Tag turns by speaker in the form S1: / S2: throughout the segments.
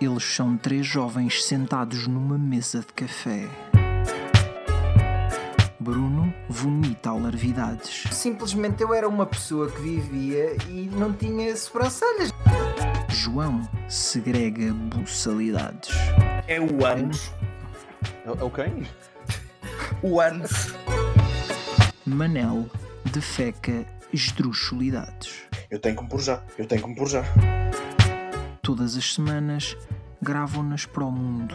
S1: Eles são três jovens sentados numa mesa de café. Bruno vomita alarvidades.
S2: Simplesmente eu era uma pessoa que vivia e não tinha sobrancelhas.
S1: João segrega buçalidades.
S3: É o anos.
S4: É, é o quem?
S3: O anos.
S1: Manel defeca esdrúxulidades.
S3: Eu tenho que me pôr já. Eu tenho que me pôr já.
S1: Todas as semanas gravam-nas para o mundo.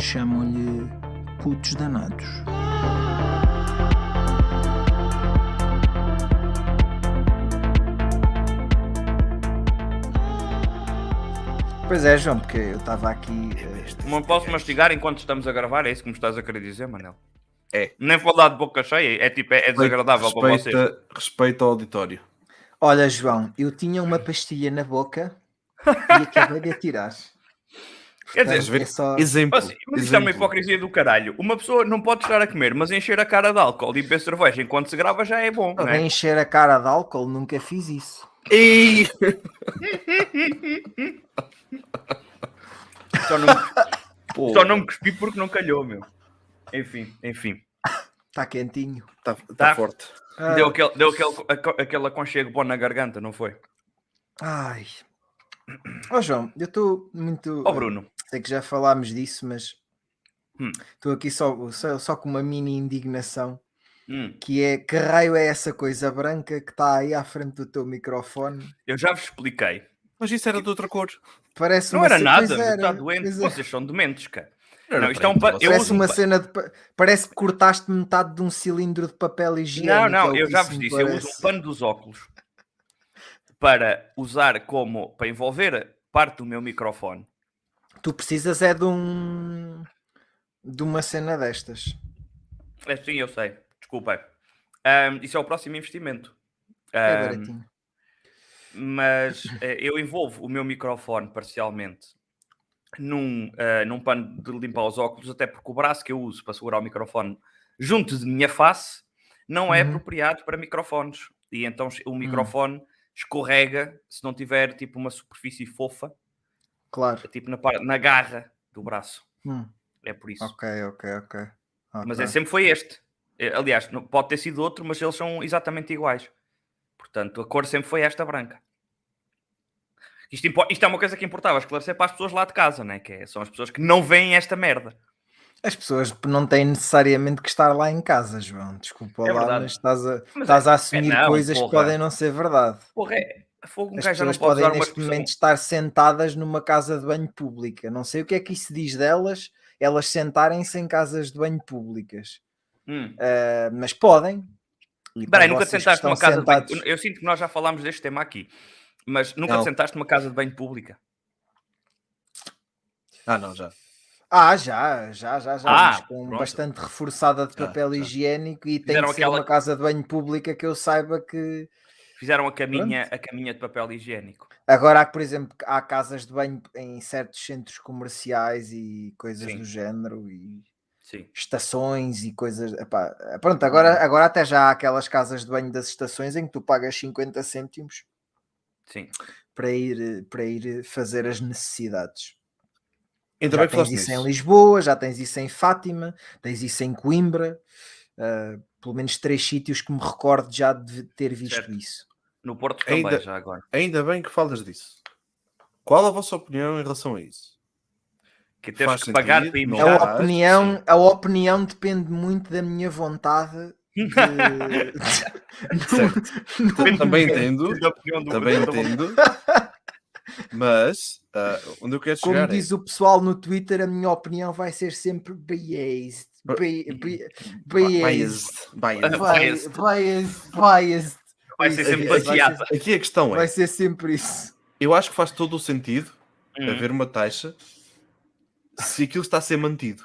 S1: Chamam-lhe putos danados.
S2: Pois é, João, porque eu estava aqui. eh,
S5: Não posso mastigar enquanto estamos a gravar, é isso que me estás a querer dizer, Manel? É. Nem vou dar de boca cheia, é tipo, é, é desagradável para vocês.
S4: respeita, respeita ao auditório.
S2: Olha, João, eu tinha uma pastilha na boca e acabei de a tirar.
S5: Quer
S2: Portanto,
S5: dizer,
S4: Estás a ver?
S2: é só-
S4: Exemplo.
S5: Mas, mas isto é uma
S4: exemplo.
S5: hipocrisia do caralho. Uma pessoa não pode estar a comer, mas encher a cara de álcool e beber cerveja enquanto se grava já é
S4: Tá
S5: bom, não
S2: Alguém
S5: é?
S2: encher a cara de álcool, nunca fiz isso.
S4: Ei!
S5: Só não,
S4: Pô,
S5: só não me cuspi porque não calhou, meu. Enfim, enfim.
S2: Está quentinho.
S4: tá, tá
S5: tá.
S4: forte.
S2: Ah,
S5: Deu aquele, deu aquele, aco- aquele aconchego bom na garganta, não foi?
S2: Ai. Ó João, eu estou muito. eh,
S5: Ó Bruno,
S2: Sei que já falámos disso, mas
S5: Hum.
S2: estou aqui só, só, só com uma mini indignação,
S5: hum,
S2: que é que raio é essa coisa branca que está aí à frente do teu microfone?
S5: eu já vos expliquei.
S4: Mas isso era de outra cor.
S2: Parece
S5: Não
S2: uma
S5: era
S2: ce-
S5: nada,
S2: pois
S5: meu, está
S2: era,
S5: doente.
S2: pois é.
S5: Vocês são dementes, cara.
S4: era
S5: Não, isto é um
S4: preto,
S5: pa-
S4: você-
S5: eu
S2: Parece
S5: uso um
S2: uma
S5: pa-
S2: cena de. pa- Parece que cortaste metade de um cilindro de papel higiênico.
S5: Não,
S2: é o
S5: não, eu
S2: que
S5: já
S2: isso
S5: vos
S2: me
S5: disse, eu uso um
S2: parece.
S5: pano dos óculos para usar como para envolver parte do meu microfone.
S2: Tu precisas é de um. de uma cena destas.
S5: É, sim, eu sei, desculpem. Ahm, isso é o próximo investimento.
S2: É
S5: Ahm,
S2: baratinho.
S5: mas eh, eu envolvo o meu microfone parcialmente num, eh, num pano de limpar os óculos, até porque o braço que eu uso para segurar o microfone junto de minha face não é
S2: Uhum.
S5: apropriado para microfones. E então es- o microfone escorrega se não tiver tipo uma superfície fofa,
S2: Claro.
S5: tipo na, par- na garra do braço.
S2: Hum,
S5: É por isso.
S2: ok, ok, ok.
S5: Mas
S2: ok.
S5: é, sempre foi este. Eh, Aliás, não- pode ter sido outro, mas eles são exatamente iguais. Portanto, a cor sempre foi esta branca. Isto, impo- isto é uma coisa que importava esclarecer para as pessoas lá de casa, né? que é- são as pessoas que não veem esta merda.
S2: As pessoas não têm necessariamente que estar lá em casa, João. Desculpa
S5: É
S2: lá,
S5: verdade.
S2: mas estás a,
S5: Mas é,
S2: estás a assumir
S5: não,
S2: coisas que
S5: porra.
S2: podem não ser verdade.
S5: Porra, é, fogo, um
S2: As
S5: gajo já não
S2: pessoas
S5: pode
S2: podem
S5: usar uma
S2: neste
S5: expressão.
S2: momento estar sentadas numa casa de banho pública. Não sei o que é que isso diz delas, elas sentarem-se em casas de banho públicas.
S5: Hum.
S2: Ah, mas podem. E para
S5: Peraí, nunca te
S2: vocês que
S5: sentaste numa
S2: estão
S5: casa de banho.
S2: sentados-
S5: Eu sinto que nós já falámos deste tema aqui. Mas nunca
S4: Não.
S5: te sentaste numa casa de banho pública.
S4: Ah, não, já.
S2: Ah, já, já, já, já.
S5: Ah,
S2: mas com
S5: pronto.
S2: bastante reforçada de
S4: Já,
S2: papel
S4: já.
S2: higiênico e tem
S5: Fizeram
S2: que ser
S5: aquela-
S2: uma casa de banho pública que eu saiba que
S5: Fizeram a caminha, a caminha de papel higiênico.
S2: Agora há, por exemplo, há casas de banho em certos centros comerciais e coisas
S5: Sim.
S2: do género e
S5: Sim.
S2: estações e coisas. epá, eh, pronto,
S5: Uhum.
S2: agora, agora até já há aquelas casas de banho das estações em que tu pagas 50 cêntimos
S5: Sim.
S2: para ir, eh, para ir eh, fazer as necessidades.
S4: Ainda
S2: já
S4: bem que
S2: tens
S4: falaste
S2: isso
S4: nisso.
S2: em Lisboa, já tens isso em Fátima, tens isso em Coimbra, ah, pelo menos três sítios que me recordo já de ter visto
S5: Certo.
S2: isso.
S5: No Porto também,
S4: Ainda-
S5: já agora.
S4: Ainda bem que falas disso. Qual a vossa opinião em relação a isso?
S5: Que temos
S4: Faz
S5: que pagar
S4: sentido,
S5: para ir
S4: não
S2: A
S5: mijar.
S4: acho que
S2: opinião,
S4: sim.
S2: a opinião depende muito da minha vontade de...
S4: Certo.
S2: Não-
S4: Também entendo.
S5: Da opinião do-
S4: Também
S5: da- da-
S4: entendo. Mas ah, onde eu quero
S2: Como
S4: chegar é-
S2: diz o pessoal no Twitter, a minha opinião vai ser sempre biased. Bi- bi- Biased.
S4: Biased. Biased.
S2: Vai-
S5: Biased.
S2: Biased. Biased.
S5: Vai ser
S2: Isso,
S5: sempre
S2: isso, vai ser-
S5: baseada.
S4: Aqui a questão
S2: Vai
S4: é,
S2: ser sempre isso.
S4: eu acho que faz todo o sentido
S5: Hum,
S4: haver uma taxa se aquilo está a ser mantido,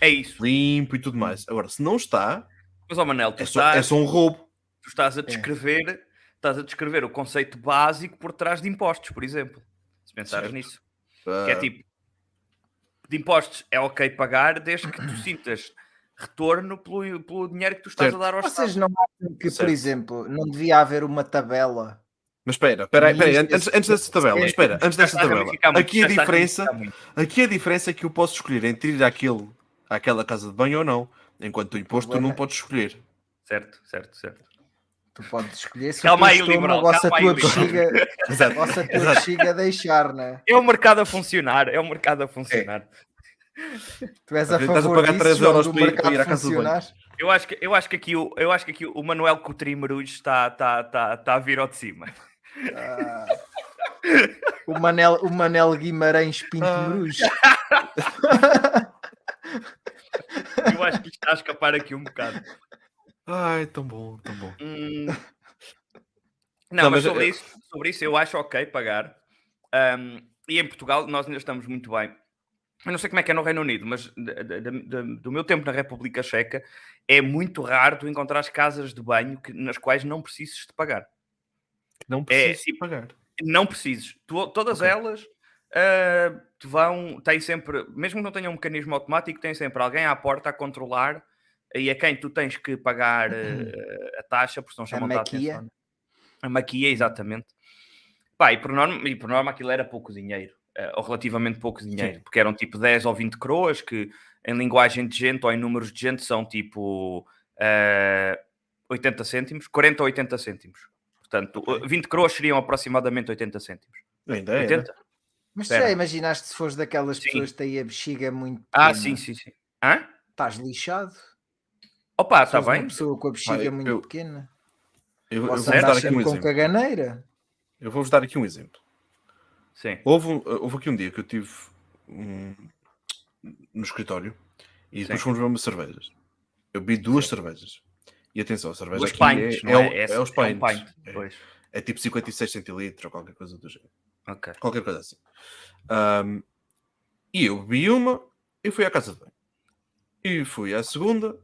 S5: É isso.
S4: limpo e tudo mais. Agora, se não está,
S5: Mas, ó Manel, tu,
S4: é só,
S5: estás,
S4: é só um roubo.
S5: tu estás a descrever, estás a descrever o conceito básico por trás de impostos, por exemplo. Se pensares
S4: Certo.
S5: nisso.
S4: Ah,
S5: Que é tipo, de impostos é ok pagar desde que tu sintas retorno pelo, pelo dinheiro que tu estás
S4: Certo.
S5: a dar aos
S2: Vocês não acham que, por
S4: Certo.
S2: exemplo, não devia haver uma tabela
S4: Mas espera, espera, aí, espera aí,
S2: Isso,
S4: antes,
S2: isso,
S4: antes dessa tabela,
S2: isso. é
S4: espera, antes dessa
S5: Já estás a
S4: tabela.
S5: verificar muito,
S4: Aqui
S5: já
S4: a
S5: estás
S4: diferença,
S5: verificar muito.
S4: aqui a diferença é que eu posso escolher entre ir àquele, àquela casa de banho ou não, enquanto o imposto tu não
S2: Ué.
S4: podes escolher.
S5: Certo, certo, certo.
S2: Tu podes escolher se
S5: Calma
S2: o teu
S5: aí,
S2: estômago
S5: liberal,
S2: ou se a
S5: calma
S2: tua
S5: aí, liberal.
S2: bexiga,
S4: Exato.
S2: ou se a tua
S4: Exato.
S2: bexiga deixar, né?
S5: É o mercado a funcionar, é o mercado a funcionar.
S4: É.
S2: Tu és
S4: A
S2: a
S4: gente estás a
S2: favor
S4: pagar
S2: disso,
S4: 3
S2: João,
S4: euros
S2: do
S4: para ir- para
S2: mercado
S4: ir à casa de banho.
S2: funcionar?
S5: Eu acho que, eu acho que, aqui, o, eu acho que aqui o Manuel Coutinho Marujo está, está, está, está a vir ao de cima.
S2: Ah. O Manel, o Manel Guimarães Pinto
S4: Ah.
S2: Bruges.
S5: Eu acho que isto está a escapar aqui um bocado.
S4: Ai, tão bom, tão bom.
S5: Hum. Não,
S4: Não,
S5: mas
S4: mas
S5: sobre
S4: eu-
S5: isso, sobre isso eu acho ok pagar. Ahm, e em Portugal nós ainda estamos muito bem. Eu não sei como é que é no Reino Unido, mas da- da- da- da- do meu tempo na República Checa é muito raro tu encontrar as casas de banho que- nas quais não precises de pagar.
S4: Não preciso
S5: tipo-
S4: pagar.
S5: Não precises. Tu- todas
S4: Ok.
S5: elas ah, te vão, têm sempre, mesmo que não tenham um mecanismo automático, tem sempre alguém à porta a controlar e a quem tu tens que pagar ah, a taxa, porque senão chamam-te a
S2: maquia.
S5: atenção. é? A maquia, exatamente. Pá, e por norma, e por norma aquilo era pouco dinheiro, eh, ou relativamente pouco dinheiro, porque eram tipo 10 ou 20 croas, que em linguagem de gente ou em números de gente são tipo eh, 80 cêntimos, 40 ou 80 cêntimos. Portanto, eh, 20 croas seriam aproximadamente 80 cêntimos.
S4: Ainda é.
S5: 80?
S2: Mas
S5: Espera.
S2: já imaginaste se fores daquelas
S5: Sim.
S2: pessoas que têm a bexiga muito
S5: Ah,
S2: pequena?
S5: sim, sim,
S4: né?
S5: sim. Hã?
S2: Estás lixado.
S5: Opa, está
S2: Estás
S5: Tá bem?
S2: Uma pessoa com a bexiga
S4: eu-
S2: muito
S4: eu-
S2: pequena.
S4: Eu, eu
S2: Ou
S4: vou-vos
S2: se
S4: dar
S2: andas
S4: aqui um
S2: sempre com
S4: exemplo.
S2: caganeira.
S4: Eu vou-vos dar aqui um exemplo.
S5: Sim.
S4: Houve, um- houve aqui um dia que eu tive um- no escritório e depois
S5: Sim.
S4: fomos beber umas cervejas. Eu bebi duas cervejas. E atenção, a cerveja
S5: Os
S4: aqui
S5: pints,
S4: é,
S5: não é?
S4: o- é os
S5: é um
S4: pints.
S5: pint,
S4: É-
S5: pois.
S4: é tipo 56 centilitros ou qualquer coisa do género.
S5: Ok.
S4: Qualquer coisa assim. Ahm, e eu bebi uma e fui à casa de banho. E fui à segunda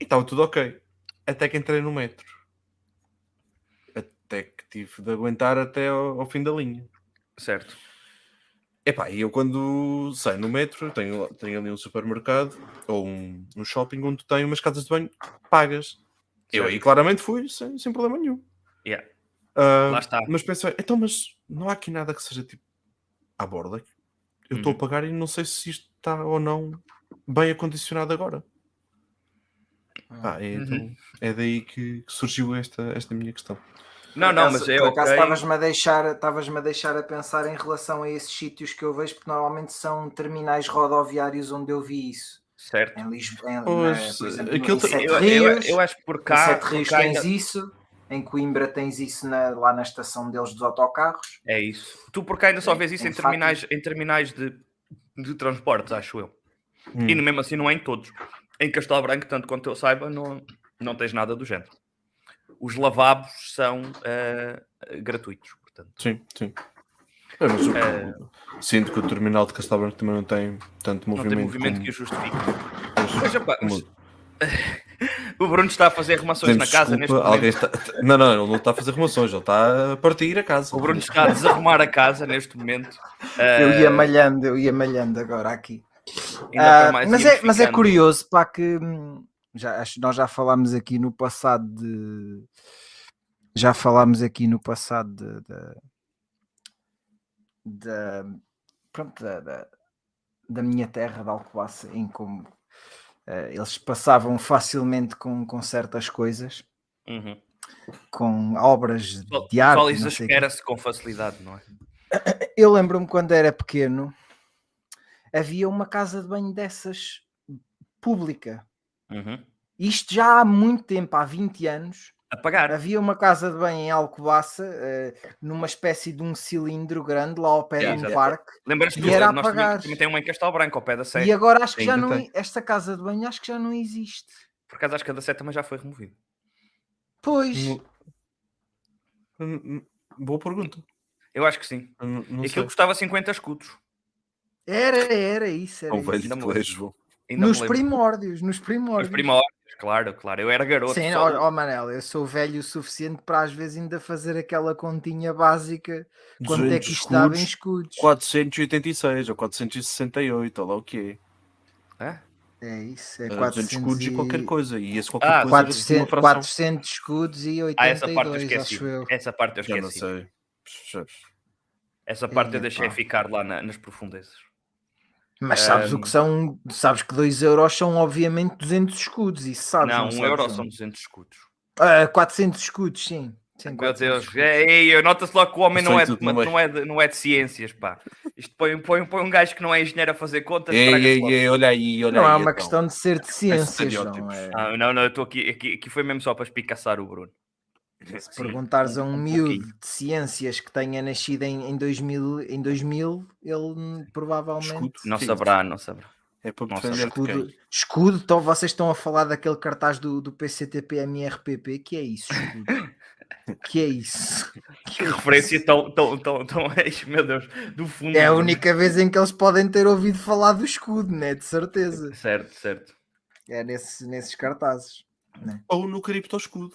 S4: e estava tudo ok. Até que entrei no metro. Até que tive de aguentar até ao, ao fim da linha.
S5: Certo.
S4: Epá, e eu quando saio no metro, tenho, tenho ali um supermercado ou um, um shopping onde tem umas casas de banho pagas. Eu
S5: Certo.
S4: aí claramente fui sem, sem problema nenhum.
S5: Yeah.
S4: Ah,
S5: Lá está.
S4: mas pensei, então, mas não há aqui nada que seja tipo à borda. Eu estou
S5: Uhum.
S4: a pagar e não sei se isto está ou não bem acondicionado agora. Pá,
S5: Uhum.
S4: é, então, é daí que, que surgiu esta, esta minha questão.
S5: Não,
S2: Por
S5: não,
S2: acaso-
S5: mas é
S2: por acaso
S5: ok.
S2: estavas-me a deixar, estavas-me a deixar a pensar em relação a esses sítios que eu vejo, porque normalmente são terminais rodoviários onde eu vi isso.
S5: Certo.
S2: Em Lisboa, em,
S4: Pois,
S2: na- por exemplo,
S4: aquilo
S2: em
S4: tem-
S2: Sete
S5: tá- Eu, eu,
S2: Rios,
S5: eu acho que por
S2: em
S5: cá,
S2: Sete
S5: por
S2: Rios
S5: cá
S2: tens
S5: ainda-
S2: isso, em Coimbra tens isso na- lá na estação deles dos autocarros.
S5: é isso. Tu por cá ainda só
S2: Sim,
S5: vês isso
S2: tem
S5: em terminais, em terminais de, de transportes, acho eu. E
S4: Hum.
S5: mesmo assim não é em todos. Em Castelo Branco, tanto quanto eu saiba, não, não tens nada do género. Os lavabos são ah, gratuitos, portanto.
S4: Sim, sim. É, mas o- Sinto que o terminal de Castelo Branco também não tem tanto
S5: É. Não tem
S4: movimento.
S5: movimento
S4: como-
S5: que o justifique.
S4: pois,
S5: Mas, rapaz,
S4: como-
S5: O Bruno está a fazer arrumações na
S4: pedimos
S5: casa neste
S4: desculpa,
S5: momento.
S4: alguém está- Não, não, ele não está a fazer arrumações, ele está a partir a casa.
S5: O Bruno está a desarrumar a casa neste momento. Ah,
S2: Eu ia malhando, eu ia malhando agora aqui.
S5: ainda para
S2: Ah,
S5: mais
S2: mas,
S5: íamos
S2: é, mas é
S5: ficando.
S2: curioso, pá, que hum, já, acho, que nós já falámos aqui no passado de. Já falámos aqui no passado de. da- da- pronto, da, da, da minha terra, de Alcobaça, em como eh, eles passavam facilmente com, com certas coisas,
S5: Uhum.
S2: com obras
S5: Só-
S2: de arte.
S5: Só
S2: não sei o quê.
S5: exaspera-se com facilidade, não é?
S2: Eu lembro-me quando era pequeno, havia uma casa de banho dessas pública.
S5: Uhum.
S2: Isto já há muito tempo, há 20 anos,
S5: Apagar.
S2: havia uma casa de banho em Alcobaça, eh, numa espécie de um cilindro grande lá ao pé
S5: É,
S2: de um
S5: exato.
S2: parque,
S5: Lembras-te
S2: E
S5: do
S2: era
S5: Nós também-
S2: apagar.
S5: também tem uma em Castelo Branco, ao pé da Sé.
S2: e agora acho que já
S4: ainda
S2: não,
S4: tem.
S2: esta casa de banho acho que já não existe.
S5: Por acaso acho que a da Sé também já foi removida.
S2: Pois,
S4: Não- Hum, hum, Boa pergunta.
S5: Eu acho que sim.
S4: Não, não sei.
S5: É Aquilo custava 50 escudos.
S2: era, era isso, era
S4: Não
S2: isso.
S4: vejo
S5: Ainda me
S4: tu
S5: lembro.
S4: és bom.
S5: Ainda
S2: Nos
S5: me lembro.
S2: primórdios, nos primórdios.
S5: Nos primórdios, claro, claro. Eu era garoto.
S2: Sim,
S5: só-
S2: ó, ó Manel, eu sou velho o suficiente para às vezes ainda fazer aquela continha básica, quanto é que
S4: 200
S2: isto dava em
S4: escudos,
S2: escudos.
S4: 486 ou 468, ou lá o que é.
S5: Hã?
S2: É isso, é
S4: Era 200
S2: 400
S4: Ah, escudos e... qualquer coisa. E esse qualquer
S5: Ah,
S4: coisa era tipo
S2: 400,
S4: uma fração.
S2: 400 escudos e
S5: Ah, essa parte eu
S2: 82,
S5: esqueci.
S2: acho eu.
S5: Essa parte eu
S4: Já É não
S5: esqueci.
S4: sei. Já-
S5: Então, Essa parte eu
S2: Ih,
S5: deixei
S4: pá.
S5: ficar lá na- nas profundezas.
S2: Mas sabes
S5: Um,
S2: o que são? Sabes que 2 euros são obviamente 200 escudos, isso sabes?
S5: não,
S2: sabes,
S5: um euro
S2: João?
S5: são 200 escudos.
S2: Ah, 400 escudos, sim. sim
S5: Meu
S2: 400
S5: Deus,
S2: escudos.
S5: ei, ei, nota-se logo que o homem não é, de,
S4: Isso aí tudo,
S5: não, é de, não é de ciências, pá. Isto põe, põe, põe um gajo que não é engenheiro a fazer contas.
S4: Ei,
S5: estraga-se
S4: ei,
S5: logo.
S4: ei, olha aí, olha
S2: Não
S4: aí.
S2: é uma
S4: então.
S2: questão de ser de ciências, João.
S4: estereótipos.
S2: É,
S5: Ah, não, não, eu estou aqui, aqui, aqui foi mesmo só para espicaçar o Bruno.
S2: se perguntares a um,
S4: um
S2: miúdo
S4: pouquinho.
S2: de ciências que tenha nascido em, em, 2000, em 2000, ele hum, provavelmente.
S4: Escudo.
S5: Não
S4: Sim,
S5: saberá, não saberá.
S4: É para
S5: Nossa,
S4: defender
S2: Escudo,
S4: quem?
S2: escudo, então vocês estão a falar daquele cartaz do, do PCTP-MRPP, que é isso, escudo. que é isso.
S5: Que referência tão, tão, tão, tão, Ai, meu Deus, do fundo.
S2: É a
S5: do-
S2: única vez em que eles podem ter ouvido falar do escudo, né? De certeza.
S5: Certo, certo.
S2: É nesse- nesses cartazes.
S4: Ou no cripto escudo.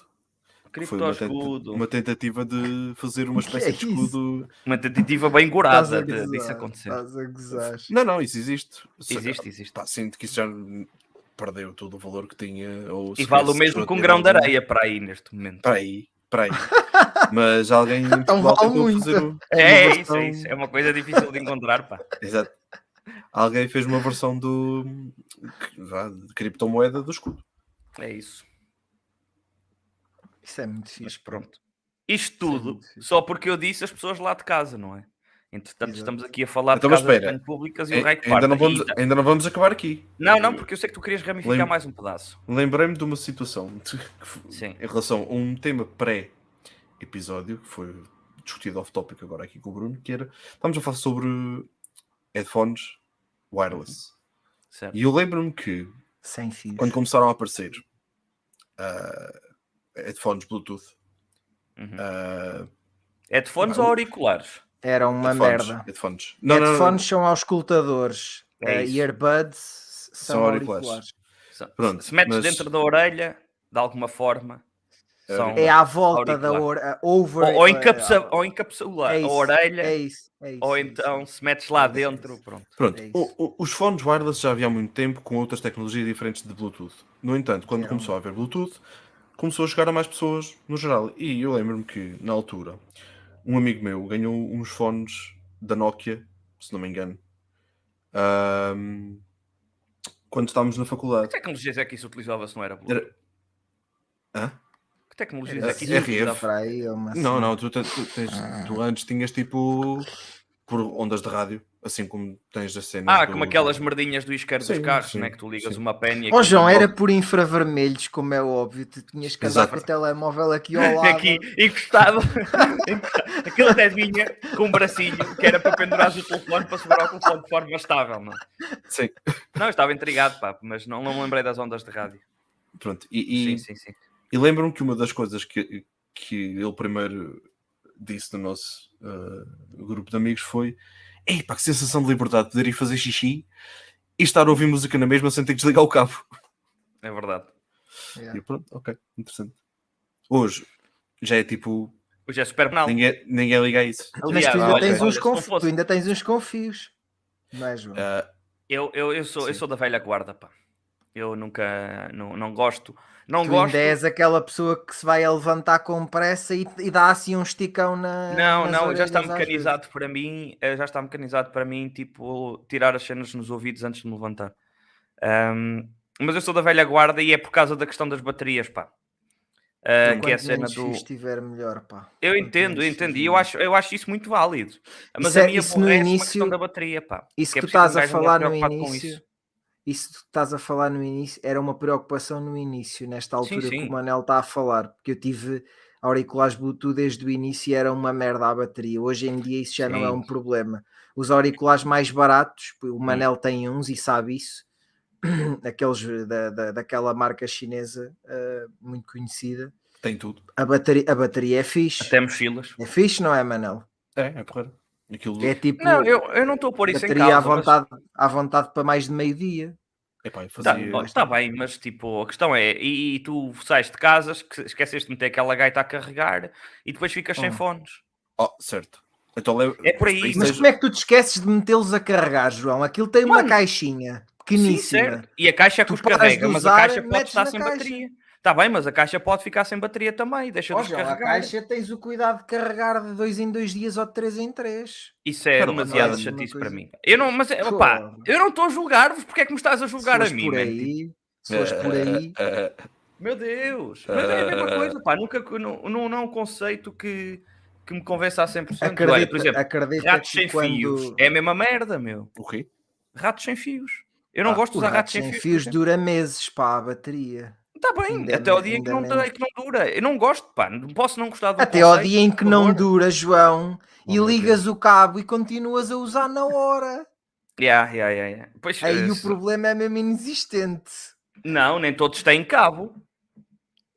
S4: que foi uma, tenta-
S5: Criptoscudo.
S4: uma tentativa de fazer uma
S2: Que
S4: espécie
S2: é
S4: de escudo.
S5: Uma tentativa bem gorada de- disso
S2: gozar,
S5: acontecer.
S2: Estás a gozar.
S4: Não, não, isso existe. Só que,
S5: Existe, existe.
S4: Pá, sinto que isso já perdeu todo o valor que tinha. Ou
S5: E
S4: se
S5: vale o
S4: fosse
S5: mesmo que um
S4: ter
S5: grão de
S4: algum-
S5: areia para aí neste momento.
S4: Para aí, para aí. Mas alguém em Portugal
S2: vale
S4: tentou
S2: muito.
S4: fazer o-
S5: Então É,
S4: uma
S5: isso, é isso. É uma coisa difícil de encontrar, pá.
S4: Exato. Alguém fez uma versão do vá, de criptomoeda do escudo.
S5: É isso.
S2: Isso é muito fixe.
S5: Mas pronto. Isto
S2: Isso é
S5: tudo
S2: muito fixe.
S5: só porque eu disse as pessoas lá de casa, não é? Entretanto,
S2: Exato.
S5: estamos aqui a falar
S4: Então,
S5: de
S4: mas
S5: casas de
S4: espera.
S5: banho públicas e
S4: Ai-
S5: o raio que
S4: ainda,
S5: parte.
S4: não vamos,
S5: Ainda-
S4: ainda não vamos acabar aqui.
S5: Não, não, porque eu sei que tu querias ramificar
S4: Lembro-
S5: mais um pedaço.
S4: Lembrei-me de uma situação de- que f-
S5: Sim.
S4: em relação a um tema pré-episódio que foi discutido off-topic agora aqui com o Bruno, que era estamos a falar sobre headphones wireless.
S5: Certo.
S4: E eu lembro-me que
S2: Sem fios.
S4: quando começaram a aparecer ah, headphones Bluetooth,
S5: Uhum.
S4: ah,
S5: Headphones
S4: Não.
S5: é ou auriculares?
S2: Era uma
S4: headphones,
S2: merda.
S4: headphones. Não, não, não,
S2: Headphones
S4: não.
S2: são auscultadores.
S5: É
S2: eh,
S5: isso.
S2: earbuds são,
S4: São auriculares.
S2: auriculares.
S5: São-
S4: Pronto,
S5: Se metes
S4: mas-
S5: dentro da orelha, de alguma forma, são...
S2: É à volta da
S5: Auricular.
S2: or, a over.
S5: ou, ou,
S2: eh,
S5: encapsa-
S2: a-
S5: ou encapsula
S2: é
S5: a
S2: isso,
S5: orelha,
S2: É isso. é isso,
S5: ou
S2: é isso, é
S5: então
S2: isso.
S5: se metes lá
S2: É isso, é
S5: dentro,
S2: isso.
S5: pronto.
S4: Pronto,
S2: É isso.
S4: o- o- os fones wireless já havia há muito tempo com outras tecnologias diferentes de Bluetooth. No entanto, quando
S2: Era
S4: começou a haver Bluetooth, começou a chegar a mais pessoas no geral. E eu lembro-me que, na altura, um amigo meu ganhou uns fones da Nokia, se não me engano, ahm, quando estávamos na
S5: Que
S4: faculdade.
S5: tecnologias é que isso utilizava se não era Bluetooth?
S4: Era- Hã?
S5: Que tecnologias
S2: Era
S5: é que isso
S4: RF.
S5: utilizava?
S2: Para aí, é uma
S4: Não,
S2: cena.
S4: não, tu, te- tu tens-
S2: Ah.
S4: tu antes tinhas tipo por ondas de rádio, assim como tens a cena.
S5: Ah,
S4: do-
S5: como aquelas merdinhas do isqueiro dos
S4: Sim,
S5: carros,
S4: sim,
S5: né? Que tu ligas
S4: sim.
S5: uma penha.
S2: Ó
S5: aquilo
S2: Oh, João, era
S5: envolve-
S2: por infravermelhos, como é óbvio. Tu tinhas que andar
S4: Exato.
S2: com o telemóvel aqui ao lado.
S5: Aqui, encostado. encostado. Aquilo até vinha com um bracinho que era para pendurar o telefone para segurar o telefone de forma estável, não? é?
S4: Sim.
S5: Não, eu estava intrigado, pá, mas não, não me lembrei das ondas de rádio.
S4: Pronto, e, e-
S5: Sim, sim, sim.
S4: E lembram-me que uma das coisas que, que ele primeiro disse no nosso eh, grupo de amigos foi: Ei, pá, que sensação de liberdade, poder ir fazer xixi e estar a ouvir música na mesma sem ter que desligar o cabo.
S5: É verdade.
S4: E
S2: Yeah.
S4: eu, pronto, ok, interessante. Hoje já é tipo:
S5: Hoje é super banal.
S4: ninguém, ninguém liga a isso.
S2: Mas tu
S5: Aliás,
S2: ainda,
S5: olha,
S2: tens
S5: olha,
S2: uns
S5: se não
S2: com, tu
S5: fosse-
S2: ainda tens uns com fios. Não é, João?
S4: Ah,
S5: Eu, eu, eu, sou, eu
S4: Sim.
S5: sou da velha guarda, pá. Eu nunca, não, não gosto. Não
S2: tu
S5: gosto.
S2: ainda és aquela pessoa que se vai a levantar com pressa e, e dá assim um esticão na.
S5: Não,
S2: nas
S5: não, já está
S2: orelhas às vezes.
S5: mecanizado para mim, eh, já está mecanizado para mim, tipo, tirar as cenas nos ouvidos antes de me levantar. Ahm, mas eu sou da velha guarda e é por causa da questão das baterias, pá. Ah, que
S2: Então,
S5: é a
S2: Quanto
S5: cena
S2: menos
S5: do.
S2: fios tiver, melhor, pá.
S5: Eu
S2: Quanto
S5: entendo, eu
S2: menos
S5: entendo,
S2: fios,
S5: e eu
S2: melhor.
S5: acho, eu acho isso muito válido. Mas
S2: Isso
S5: a
S2: é-
S5: minha
S2: isso no
S5: aborrece uma questão
S2: início-
S5: da bateria, pá.
S2: Isso
S5: que
S2: que
S5: é
S2: tu
S5: preciso um
S2: estás a
S5: gajo andar
S2: falar no
S5: preocupado com isso.
S2: início. Isso que tu estás a falar no início era uma preocupação no início, nesta
S5: Sim,
S2: altura
S5: sim.
S2: que o Manel está a falar, porque eu tive auriculares Bluetooth desde o início e era uma merda a bateria. Hoje em dia isso já não é
S5: Sim. Hum.
S2: um problema. Os auriculares mais baratos, o Manel tem uns e sabe isso, aqueles eh, da, da- daquela marca chinesa eh, muito conhecida,
S4: tem tudo.
S2: a bateria, a bateria é fixe.
S5: Até mochilas.
S2: É fixe, não é, Manel?
S4: É, é porra. Aquilo.
S2: É tipo
S5: Não, eu, eu não estou a pôr isso em
S2: bateria
S5: causa.
S2: à,
S5: mas-
S2: vontade, à vontade para mais de meio-dia.
S4: Epá, eu
S5: Tá,
S4: fazia-
S5: ó, tá bem, mas tipo, a questão é, e, e tu sais de casa, esque- esqueceste de meter aquela gaita a carregar e depois ficas sem
S2: Oh.
S5: fones.
S4: Oh, certo. Então, leva-
S5: É por aí,
S4: Isso
S2: Mas
S4: seja-
S2: como é que tu te esqueces de metê-los a carregar, João? Aquilo tem uma
S5: Mano.
S2: caixinha. pequeníssima.
S5: certo. E a caixa que
S2: Tu
S5: os
S2: podes
S5: carrega, mas a
S2: usar,
S5: caixa pode
S2: metes
S5: estar
S2: na
S5: sem
S2: caixa.
S5: bateria. Está bem, mas a caixa pode ficar sem bateria também, deixa de
S2: Ó, João, a
S5: descarregar.
S2: caixa tens o cuidado de carregar de dois em dois dias ou de três em três.
S5: Isso é
S4: Espera lá,
S5: demasiado
S4: não é
S2: uma
S5: chatice
S2: coisa-
S5: para mim. Eu não, mas é, opá, eu não estou a julgar-vos, porque é que me estás a julgar a
S2: se fores
S5: mim? tipo,
S2: por
S5: man?
S2: aí, se fores por aí,
S4: Eh,
S5: Meu Deus! Mas é a mesma coisa, pá, nunca não, não, não é um conceito que, que me convença a 100%.
S2: acredita,
S5: Olha, por exemplo,
S2: acredita
S5: ratos
S2: que
S5: sem fios
S2: quando...
S5: é a mesma merda, meu.
S4: o quê?
S5: Ratos sem fios. Eu não
S4: Ah,
S5: gosto de
S2: O
S5: usar
S2: rato
S5: ratos sem,
S2: sem
S5: fios.
S2: fios dura meses para a bateria.
S5: Está bem,
S2: Ainda
S5: até ao
S2: men-
S5: dia em que
S2: ainda
S5: não, tem-
S2: menos.
S5: que não dura. Eu não gosto, pá, não posso não gostar do
S2: Até ao
S5: É conceito, Oh,
S2: dia em que
S5: por
S2: não
S5: favor.
S2: dura, João, e
S4: Oh, meu
S2: ligas o cabo e continuas a usar na hora.
S5: Yeah, yeah, yeah, yeah. Pois, eh,
S2: Aí o
S5: se-
S2: problema é mesmo inexistente.
S5: Não, nem todos têm cabo.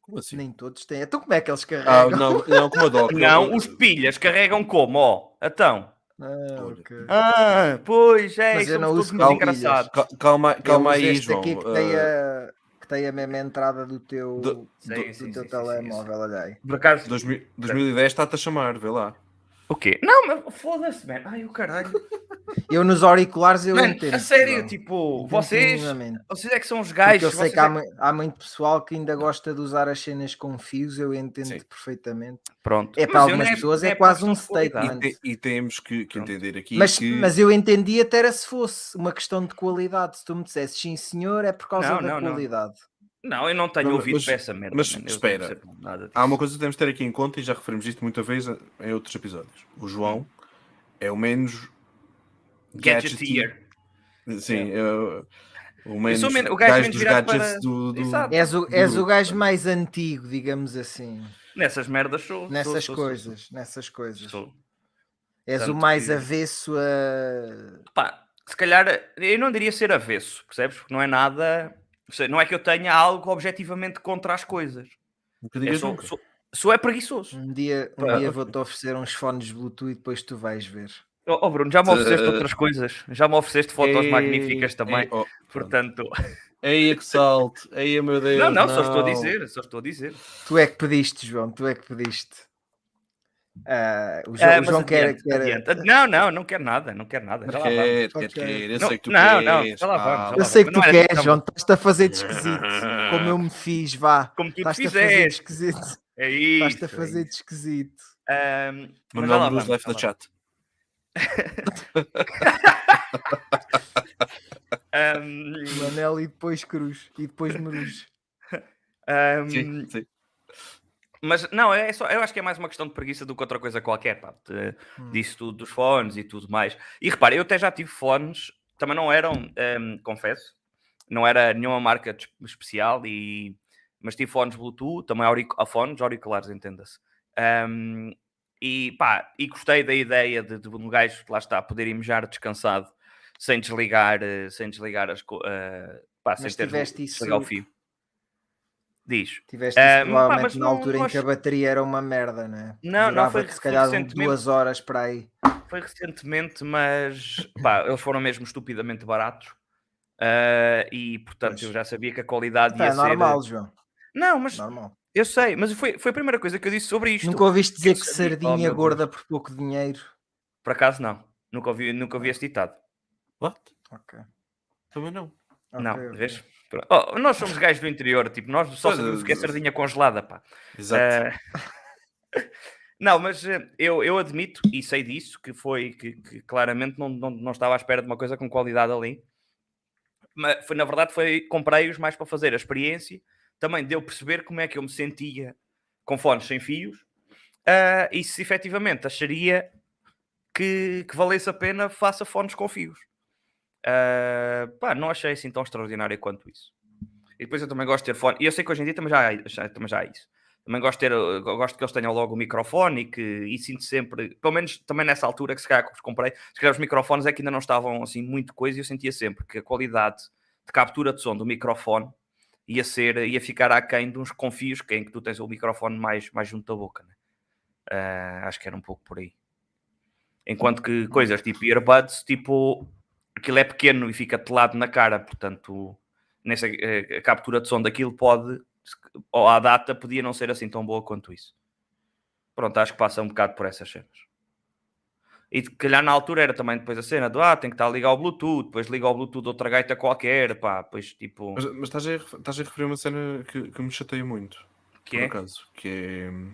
S4: Como assim?
S2: Nem todos têm. Então como é que eles
S4: Ah,
S2: carregam?
S4: não, não, como a doc.
S5: Não,
S4: eu-
S5: os pilhas carregam como, ó. Então.
S2: Ah,
S4: Olha.
S2: ok.
S5: Ah, pois é,
S2: Mas
S5: isso
S2: eu
S5: é
S2: não
S5: tudo
S2: uso
S5: muito
S4: calma,
S5: engraçado.
S4: Ca- Calma, calma
S2: Eu uso
S4: aí,
S2: este
S4: João.
S2: É um aqui que,
S4: eh,
S2: tem a, que tem a mesma entrada do teu,
S4: do-
S2: do, do
S5: Sim, sim,
S2: teu
S5: sim, sim,
S2: telemóvel, olha aí.
S5: Por acaso,
S4: 2000 2010 está-te a chamar, vê lá.
S5: o quê? Não, mas foda-se, man. Ai, o caralho.
S2: Eu nos auriculares eu
S5: Man,
S2: entendo.
S5: a sério,
S2: João.
S5: tipo,
S2: Entendo
S5: vocês,
S2: minimamente.
S5: vocês é que são os
S2: Porque
S5: gajos.
S2: eu sei
S5: vocês
S2: que há,
S5: é que-
S2: mui- há muito pessoal que ainda gosta de usar as cenas com fios, eu entendo
S4: Sim.
S2: perfeitamente.
S5: Pronto.
S2: É, para
S5: Mas eu
S2: algumas
S5: nem
S2: pessoas
S5: nem
S2: é quase
S5: por
S2: um
S5: questão de qualidade.
S4: E,
S2: Pronto.
S4: te- e temos que, que entender aqui
S2: Mas,
S4: que
S2: mas eu entendi até era se fosse uma questão de qualidade. Se tu me dissesses sim, senhor, é por causa da
S5: Não, não, não.
S2: qualidade.
S5: Não, eu não tenho
S4: Não, mas-
S5: ouvido
S4: mas-
S5: para essa merda.
S4: mas
S5: man. Eu não
S4: espera.
S5: percebo nada disso.
S4: há uma coisa que temos de ter aqui em conta e já referimos isto muita vez a- em outros episódios. O João é o menos
S5: Gadgeteer.
S4: Sim, é o- o menos
S5: sou men- o gajo
S4: gajo
S5: menos
S4: dos
S5: virado
S4: gadgets
S5: para-
S4: do, do-
S5: Exato.
S2: És o, és o
S4: Duro.
S2: gajo mais antigo, digamos assim,
S5: Nessas merdas sou.
S2: nessas
S5: sou- sou-
S2: coisas. Nessas coisas.
S5: sou- sou.
S2: És o
S5: Tanto
S2: mais
S5: que-
S2: avesso a.
S5: Pá, se calhar, eu não diria ser avesso, percebes? Porque não é nada. ou seja, Não é que eu tenha algo objetivamente contra as coisas.
S4: Nunca
S5: Eu
S4: digas
S5: sou,
S4: nunca.
S5: sou- sou é preguiçoso.
S2: Um dia, um
S4: Pá,
S2: dia
S4: ok.
S2: vou-te oferecer uns fones Bluetooth, depois tu vais ver.
S5: Oh, oh, Bruno, já me ofereceste
S4: Eh,
S5: outras coisas. Já me ofereceste fotos
S2: eh,
S4: Ei,
S5: magníficas também.
S4: ei, oh, pronto.
S5: Portanto,
S4: Ei, é que salto. Ei, meu
S2: Eh,
S4: Deus.
S5: não, não, só estou a dizer, só estou a dizer.
S2: Tu é que pediste, João, tu é que pediste. Ah, o Jo-
S5: Ah,
S2: o
S5: mas
S2: João quer.
S5: adiante,
S2: quer-
S5: adiante. Ah, Não, não, não quero nada, não quero nada. Já lá vamos.
S4: Quer, quer,
S2: Ok.
S4: quer. Eu
S5: Não,
S4: sei que tu
S5: não,
S4: queres.
S5: não, já lá
S4: pá.
S5: vamos, já lá
S2: Eu sei que tu
S5: Não era assim
S2: queres,
S5: tão-
S2: João, estás-te a fazer de esquisito, como eu me fiz, vá.
S5: Como tu te
S2: Estás-te a fazer de
S5: fizeste.
S2: esquisito.
S5: É isso.
S2: Estás-te a
S5: é
S2: fazer
S5: isso.
S2: de esquisito.
S5: Ahm, mas já lá
S4: Manuel Bruce,
S5: vamos,
S4: um live
S5: já
S4: da
S5: lá
S4: chat.
S5: vamos. Ahm,
S2: Manel e depois Cruz e depois Meruz.
S5: ahm,
S4: Sim, sim.
S5: Mas não, é só, eu acho que é mais uma questão de preguiça do que outra coisa qualquer, pá. Te-
S2: Hum.
S5: Disse tudo dos fones e tudo mais. E repare, eu até já tive fones, também não eram, hum, confesso, não era nenhuma marca de- especial, e, mas tive fones Bluetooth, também auric fones, auriculares, entenda-se. Hum, e pá, e gostei da ideia de, de um gajo, lá está, poder imejar descansado, sem desligar, eh, sem desligar as coisas, pá, sem
S2: Mas
S5: ter de
S2: tiveste
S5: desligar o
S2: isso-
S5: fio. Diz.
S2: Tiveste isso
S5: Ah, pá, mas
S2: provavelmente na
S5: não-
S2: altura
S5: não
S2: em que a
S5: acho-
S2: bateria era uma merda, né?
S5: Não, não,
S2: Durava-te,
S5: foi-
S2: se
S5: foi
S2: calhar um,
S5: recentemente.
S2: duas horas para aí.
S5: Foi recentemente, mas pá, eles foram mesmo estupidamente baratos. ah, e portanto
S2: Pois.
S5: eu já sabia que a qualidade
S2: Tá,
S5: ia
S2: é normal,
S5: ser. eh,
S2: João.
S5: Não, mas
S2: Normal.
S5: eu sei, mas foi, foi a primeira coisa que eu disse sobre isto.
S2: Nunca ouviste dizer
S5: eu
S2: que
S5: sabia- Oh,
S2: sardinha
S5: meu
S2: gorda por pouco dinheiro.
S5: Por acaso não. Nunca ouvi, nunca
S2: Ah.
S5: ouvi este ditado.
S4: What?
S2: Ok.
S4: Também não.
S2: ok,
S5: não,
S2: ok.
S5: vês? Pronto. Oh, nós somos gajos do interior, tipo, nós só
S4: Pois,
S5: sabemos o que é
S4: eh,
S5: sardinha congelada, pá.
S4: Exato.
S5: Eh, Não, mas eh, eu, eu admito e sei disso que foi que, que claramente não, não, não estava à espera de uma coisa com qualidade ali. Mas foi, na verdade, foi comprei-os mais para fazer a experiência, também deu perceber como é que eu me sentia com fones sem fios ah, e se efetivamente acharia que, que valesse a pena faça fones com fios. Ah, pá, não achei assim tão extraordinário quanto isso. E depois eu também gosto de ter fone, e eu sei que hoje em dia também já há- já- também já há isso. Também gosto, de ter, eu gosto que eles tenham logo o microfone e que e sinto sempre, pelo menos também nessa altura que se calhar que os comprei, se calhar os microfones é que ainda não estavam assim muito coisa e eu sentia sempre que a qualidade de captura de som do microfone ia ser, ia ficar aquém de uns confios que- é em que tu tens o microfone mais, mais junto da boca, né? Ah, acho que era um pouco por aí. Enquanto que coisas tipo earbuds, tipo, aquilo é pequeno e fica telado na cara, portanto, nessa, eh, a captura de som daquilo pode ou à data podia não ser assim tão boa quanto isso. Pronto, acho que passa um bocado por essas cenas. E se calhar na altura era também depois a cena do ah, tem que estar a ligar o Bluetooth, depois liga o Bluetooth de outra gaita qualquer, pá, depois tipo.
S4: Mas, mas estás, a, ref- estás a referir uma cena que, que me chateia muito,
S5: que
S4: por
S5: é?
S4: acaso, que é, hum,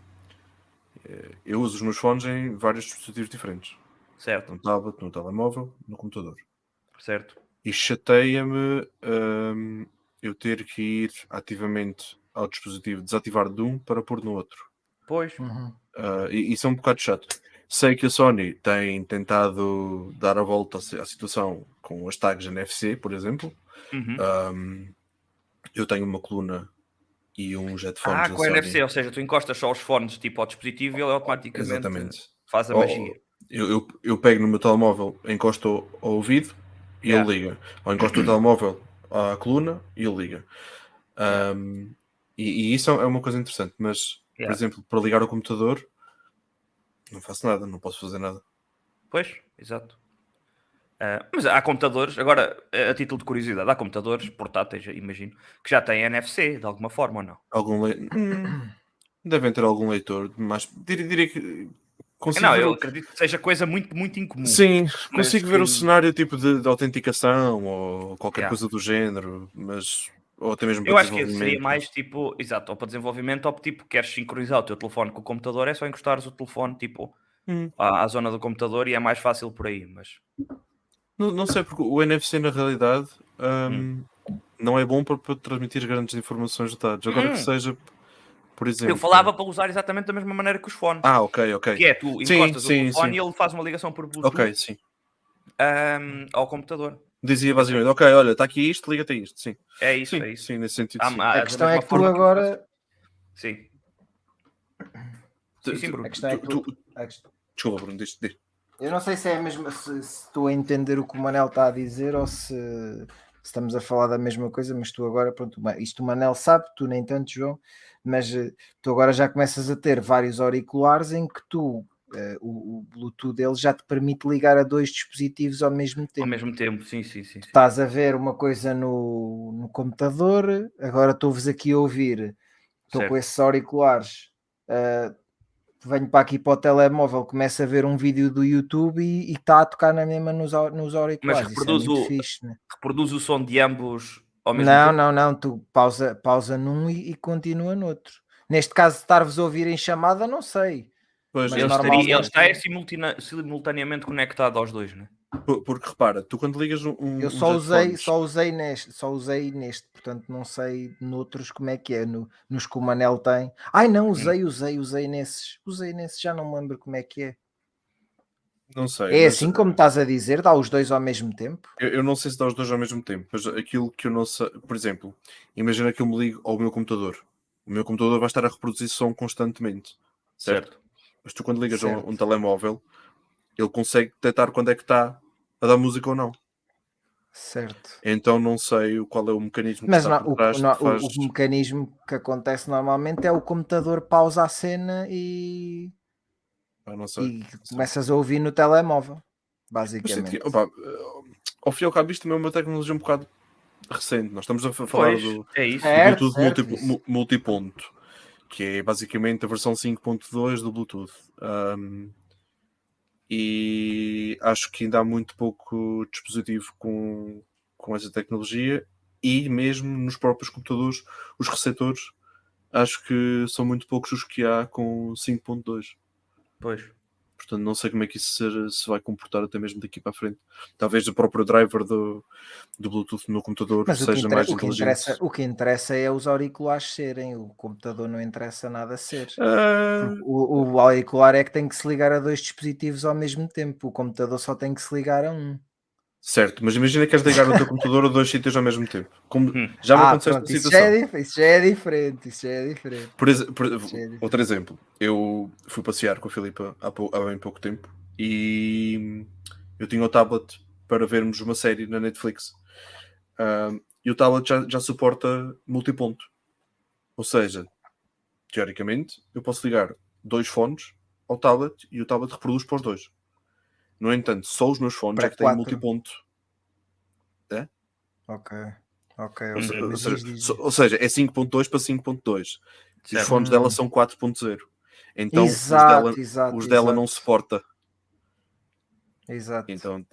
S4: é, Eu uso os meus fones em vários dispositivos diferentes.
S5: Certo,
S4: No tablet, no telemóvel, no computador.
S5: certo.
S4: E chateia-me hum, eu ter que ir ativamente ao dispositivo, desativar de um para pôr no outro.
S5: Pois,
S1: Uhum.
S4: Ah, e isso é um bocado chato. Sei que a Sony tem tentado dar a volta à si- à situação com as tags NFC, por exemplo.
S5: Uhum.
S4: Um, eu tenho uma coluna e uns headphones.
S5: Ah,
S4: da
S5: com a
S4: Sony.
S5: NFC, ou seja, tu encostas só os fones tipo ao dispositivo e ele automaticamente
S4: Exatamente.
S5: faz a
S4: Ou-
S5: magia.
S4: Eu, eu, eu pego no meu telemóvel, encosto ao- ao ouvido e
S5: Yeah.
S4: ele liga. Ou encosto o telemóvel à coluna e ele liga. Um, e, e isso é uma coisa interessante, mas, por
S5: Yeah.
S4: exemplo, para ligar o computador, não faço nada, não posso fazer nada.
S5: Pois, exato. Ah, mas há computadores, agora a a título de curiosidade, há computadores portáteis, imagino, que já têm NFC de alguma forma ou não?
S4: Algum le... Hum, Devem ter algum leitor, mas dir- diria que consigo
S5: não,
S4: ver
S5: eu
S4: o-
S5: acredito que seja coisa muito, muito incomum.
S4: Sim,
S5: Hum. mas
S4: consigo ver o
S5: que-
S4: cenário tipo de, de autenticação ou qualquer
S5: Yeah.
S4: coisa do género, mas ou até mesmo
S5: Eu
S4: para
S5: acho que seria
S4: desenvolvimento.
S5: mais tipo, exato, ou para desenvolvimento, ou tipo, queres sincronizar o teu telefone com o computador, é só encostares o telefone tipo
S4: Hum.
S5: à, à zona do computador e é mais fácil por aí, mas
S4: Não, não sei porque o NFC na realidade hum, não é bom para, para transmitir grandes informações de dados. Agora
S5: Hum.
S4: que seja, por exemplo.
S5: eu falava para usar exatamente da mesma maneira que os fones.
S4: Ah, ok, ok.
S5: Que é, tu
S4: Sim,
S5: encostas
S4: sim,
S5: o telefone
S4: sim.
S5: e ele faz uma ligação por Bluetooth
S4: Ok, sim.
S5: ahm, ao computador.
S4: Dizia basicamente, ok, olha, está aqui isto, liga-te a isto. Sim,
S5: É isso,
S4: sim,
S5: é isso.
S4: sim, nesse sentido.
S5: Ah,
S4: sim.
S5: ah,
S2: A
S5: da
S2: questão é
S5: mesma
S2: que tu
S5: forma
S2: agora.
S5: Sim,
S4: Tu-
S5: sim,
S4: tu-
S5: Bruno.
S2: A questão é que
S4: tu-
S2: tu-
S4: tu-
S2: a quest-
S4: Desculpa, Bruno, diz, diz.
S2: Eu não sei se é a mesma. Se, se estou a entender o que o Manel está a dizer ou se, se estamos a falar da mesma coisa, mas tu agora, pronto, o Ma- isto o Manel sabe, tu nem tanto, João, mas eh, tu agora já começas a ter vários auriculares em que tu. eh, o, o Bluetooth dele já te permite ligar a dois dispositivos ao mesmo
S5: ao
S2: tempo.
S5: mesmo tempo, sim, sim, sim. sim.
S2: estás a ver uma coisa no, no computador, agora estou-vos aqui a ouvir, estou
S5: Certo.
S2: com esses auriculares, ah, venho para aqui para o telemóvel, começo a ver um vídeo do YouTube e está a tocar na mesma nos, au- nos auriculares. Isso é
S5: reproduz
S2: muito
S5: o-
S2: fixe, né?
S5: Reproduz o som de ambos ao mesmo
S2: Não,
S5: tempo.
S2: não, não, tu pausa, pausa num e, e continua noutro. Neste caso, estar-vos a ouvir em chamada, não sei.
S4: Pois,
S2: Mas
S5: Ele,
S4: é,
S5: estaria-
S2: normalmente-
S5: ele está é simultane- simultaneamente conectado aos dois, né?
S4: por- porque repara, tu quando ligas um. um-
S2: Eu
S4: uns
S2: só usei,
S4: headphones-
S2: só usei neste, só usei neste, portanto não sei noutros como é que é, no- nos que o Manel tem. Ai não, usei, usei, usei nesses, usei nesses, já não me lembro como é que é.
S4: Não sei.
S2: É
S4: mas- eh,
S2: assim como estás a dizer, dá os dois ao mesmo tempo?
S4: Eu, eu não sei se dá os dois ao mesmo tempo, mas aquilo que eu não sei, por exemplo, imagina que eu me ligo ao meu computador. O meu computador vai estar a reproduzir som constantemente, certo? Mas tu quando ligas a
S2: Certo.
S4: um, um telemóvel, ele consegue detectar quando é que está a dar música ou não.
S2: Certo.
S4: Então não sei o- qual é o mecanismo que
S2: Mas
S4: está
S2: não-
S4: por
S2: o,
S4: trás. que
S2: não- o-
S4: faz-
S2: o mecanismo que acontece normalmente é o computador pausa a cena e,
S4: Ah, não sei.
S2: e começas a ouvir no telemóvel,
S4: Mas sinto que,
S2: basicamente.
S4: opa, eh, ao fim e ao cabo isto também é uma tecnologia um bocado recente. Nós estamos a fa- falar
S5: Pois,
S4: do,
S5: é isso.
S2: É. Certo,
S4: Bluetooth
S2: certo,
S4: multi-
S2: isso.
S4: mu- multiponto, que é basicamente a versão 5.2 do Bluetooth. Ahm, e acho que ainda há muito pouco dispositivo com, com essa tecnologia e mesmo nos próprios computadores, os receptores, acho que são muito poucos os que há com 5.2.
S5: Pois.
S4: Portanto, não sei como é que isso se, se vai comportar até mesmo daqui para a frente. Talvez o próprio driver do, do Bluetooth no computador
S2: Mas o que,
S4: seja
S2: intere-
S4: mais
S2: o que
S4: inteligente.
S2: interessa, o que interessa é os auriculares serem, o computador não interessa nada ser.
S4: Ah,
S2: Porque O, o auricular é que tem que se ligar a dois dispositivos ao mesmo tempo, o computador só tem que se ligar a um.
S4: Certo, mas imagina que queres ligar o teu computador a dois sítios ao mesmo tempo. Como-
S5: Hum.
S4: já me
S2: Ah,
S4: aconteceu
S2: pronto,
S4: esta
S2: isso, já é
S4: situação.
S2: dif- isso já é diferente, isso já é diferente.
S4: Por exe- por-
S2: Isso é diferente.
S4: outro exemplo, eu fui passear com a Filipa há, pou- há bem pouco tempo e eu tinha o tablet para vermos uma série na Netflix. Ah, e o tablet já, já suporta multiponto. Ou seja, teoricamente, eu posso ligar dois fones ao tablet e o tablet reproduz para os dois. No entanto, só os meus fones
S2: Para
S4: é que têm
S2: quatro.
S4: multiponto.
S2: Ok, ok,
S4: Ou
S2: ok,
S4: se- Hum, Ou
S2: Uhum. mas
S4: seja,
S2: diz, diz,
S4: so-
S2: diz.
S4: ou seja, é 5.2 para 5.2. E Os
S5: Certo.
S4: fones
S2: Hum.
S4: dela são 4.0. Então os
S2: exato,
S4: dela,
S2: exato,
S4: os dela
S2: exato.
S4: não suporta.
S2: Exato.
S4: Então,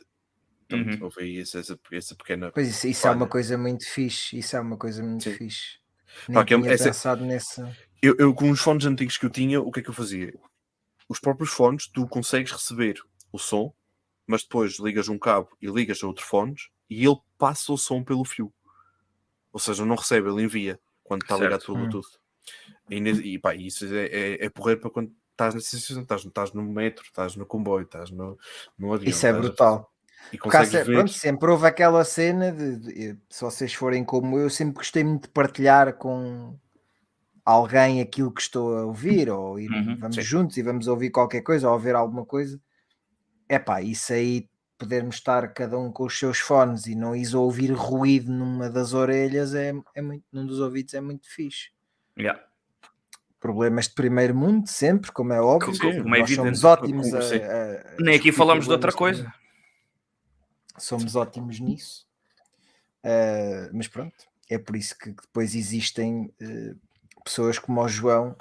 S4: portanto,
S5: Uhum.
S4: houve aí essa, essa- essa pequena.
S2: Pois isso, isso é
S4: Olha.
S2: uma coisa muito fixe. Isso é uma coisa muito
S4: Sim.
S2: fixe.
S4: Pá,
S2: Nem
S4: que é-
S2: tinha
S4: essa-
S2: pensado nessa.
S4: Eu, eu, com os fones antigos que eu tinha, o que é que eu fazia? Os próprios fones, tu consegues receber o som, mas depois ligas um cabo e ligas a outro fones e ele passa o som pelo fio. Ou seja, não recebe, ele envia quando está ligado
S5: Certo.
S4: pelo
S2: Hum.
S4: Bluetooth. E, ne- e pá, isso é, é, é porreiro para quando estás nessa situação, estás, estás no metro, estás no comboio, estás no, no avião.
S2: Isso é
S4: estás-
S2: brutal.
S4: E
S2: Porque há
S4: consegues
S2: se-
S4: ver.
S2: pronto, sempre houve aquela cena de, de- se vocês forem como eu, eu sempre gostei muito de partilhar com alguém aquilo que estou a ouvir, ou ir-
S5: Uhum,
S2: vamos
S5: sim.
S2: juntos e vamos ouvir qualquer coisa, ou ver alguma coisa. É pá, isso aí, podermos estar cada um com os seus fones e não is ouvir ruído numa das orelhas, é, é muito, num dos ouvidos é muito fixe.
S5: Yeah.
S2: Problemas de primeiro mundo, sempre, como é óbvio,
S4: Sim,
S5: como é
S2: nós somos
S5: evidente.
S2: ótimos a,
S4: Sim.
S2: a- a
S5: Nem aqui
S2: discutir
S5: falamos de outra
S2: problemas de
S5: coisa.
S2: somos ótimos nisso. Ah, mas pronto, é por isso que depois existem eh, pessoas como o João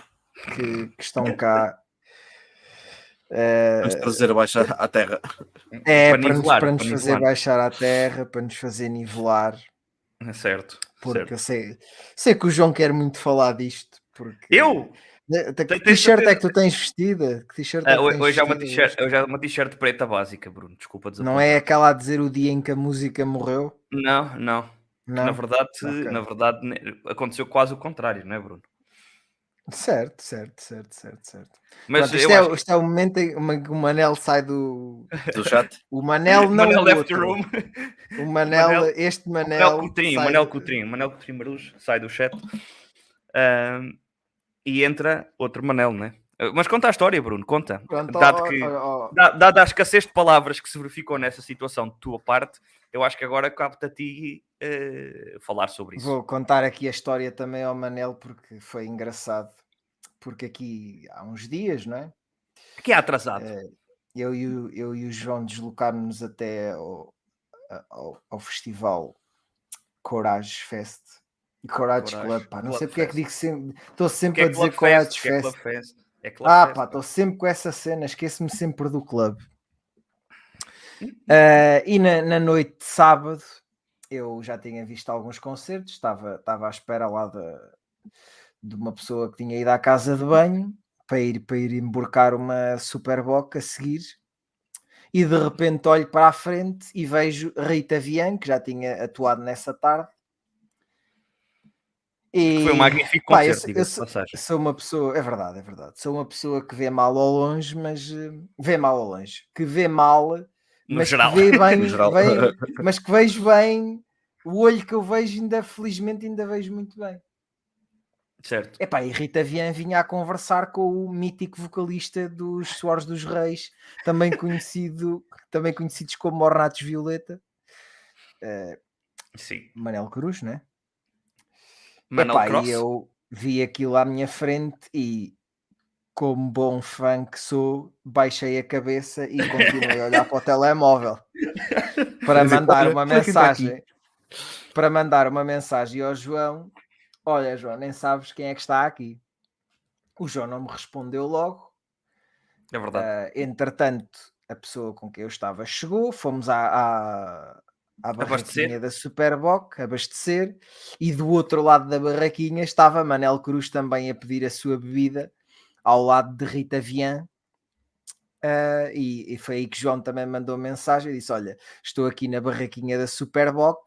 S2: que, que estão cá.
S4: Vamos
S2: ah,
S4: trazer abaixo à, à terra.
S2: é
S5: Para
S2: para, nos-
S5: nivelar,
S2: para nos
S5: para
S2: fazer
S5: nivelar.
S2: baixar à terra, para nos fazer nivelar,
S5: É Certo.
S2: porque
S5: certo.
S2: eu sei, sei que o João quer muito falar disto. Porque
S5: Eu?
S2: Eh, te- Que
S5: Tenho
S2: t-shirt é
S5: certeza.
S2: que tu tens vestida? Que t-shirt é
S5: Ah,
S2: que
S5: hoje,
S2: tens
S5: hoje, há uma
S2: vestida
S5: t-shirt, hoje há uma t-shirt preta básica, Bruno. Desculpa
S2: hoje?
S5: dizer.
S2: Não é aquela a dizer o dia em que a música morreu?
S5: Não, não.
S2: Não,
S5: Na verdade,
S2: Ok.
S5: na verdade, ne- aconteceu quase o contrário, não é, Bruno?
S2: certo, certo, certo, certo, certo.
S5: Mas
S2: Pronto,
S5: eu
S2: isto, é,
S5: acho
S2: isto é o momento em uma- que o Manel sai do.
S4: Do chat.
S2: O Manel
S5: que
S2: não.
S5: Manel
S2: o
S5: left the
S2: outro.
S5: room.
S2: O Manel,
S5: Manel-
S2: este Manel.
S5: Manel Coutinho,
S2: é sai
S5: Manel
S2: do-
S5: Coutinho, Manel Coutinho Marujo, sai do chat. Ahm, e entra outro Manel, né? Ah, Mas conta a história, Bruno, conta.
S2: Pronto,
S5: Dado
S2: ó,
S5: que-
S2: ó, ó,
S5: Da- Dada a escassez de palavras que se verificou nessa situação de tua parte, eu acho que agora cabe-te a ti eh, falar sobre isso.
S2: Vou contar aqui a história também ao Manel, porque foi engraçado. Porque aqui há uns dias, não é?
S5: Que é atrasado.
S2: É, Eu e o, eu e o João deslocámos-nos até ao, ao, ao festival Corage Fest. E Corage,
S5: Corage
S2: Club, pá. Não
S5: Club
S2: sei porque é que
S5: Fest.
S2: digo sempre. Estou
S5: que
S2: sempre
S5: é
S2: a dizer
S5: Club
S2: Corage
S5: Fest, que é Club
S2: Fest.
S5: Fest. É Club
S2: Ah,
S5: Fest.
S2: pá, estou sempre com essa cena, esqueço-me sempre do clube.
S5: Uhum.
S2: Ah, e na, na noite de sábado eu já tinha visto alguns concertos, estava, estava à espera lá da- de, uma pessoa que tinha ido à casa de banho para ir, para ir emborcar uma Superboc a seguir. E de repente olho para a frente e vejo Rita Vian, que já tinha atuado nessa tarde. E...
S5: Foi um magnífico
S2: pá, eu
S5: concerto,
S2: se- eu
S5: diga-se de
S2: se-
S5: passagem.
S2: Sou uma pessoa, é verdade, é verdade. Sou uma pessoa que vê mal ao longe, mas eh, vê mal ao longe, que vê mal,
S5: No
S2: mas
S5: geral.
S2: que vê bem,
S4: No geral.
S2: bem- mas que vejo bem. O olho que eu vejo ainda, felizmente, ainda vejo muito bem.
S5: Certo.
S2: Epá, e Rita Vian vinha a conversar com o mítico vocalista dos Suores dos Reis, também conhecido, também conhecidos como Ornatos Violeta,
S5: Sim.
S2: Manel Cruz, né?
S5: Manel
S2: Epá,
S5: Cross.
S2: E eu vi aquilo à minha frente e, como bom fã que sou, baixei a cabeça e continuei a olhar para o telemóvel para
S4: Quer dizer,
S2: mandar
S4: olha,
S2: uma
S4: olha quem está aqui.
S2: mensagem. Para mandar uma mensagem ao João: Olha, João, nem sabes quem é que está aqui. O João não me respondeu logo.
S5: É verdade.
S2: Ah, entretanto, a pessoa com quem eu estava chegou, fomos à, à, à
S5: Abastecer.
S2: barraquinha da Superboc abastecer, e do outro lado da barraquinha estava Manel Cruz também a pedir a sua bebida ao lado de Rita Vian. Ah, e, e foi aí que João também mandou mensagem e disse: Olha, estou aqui na barraquinha da Superboc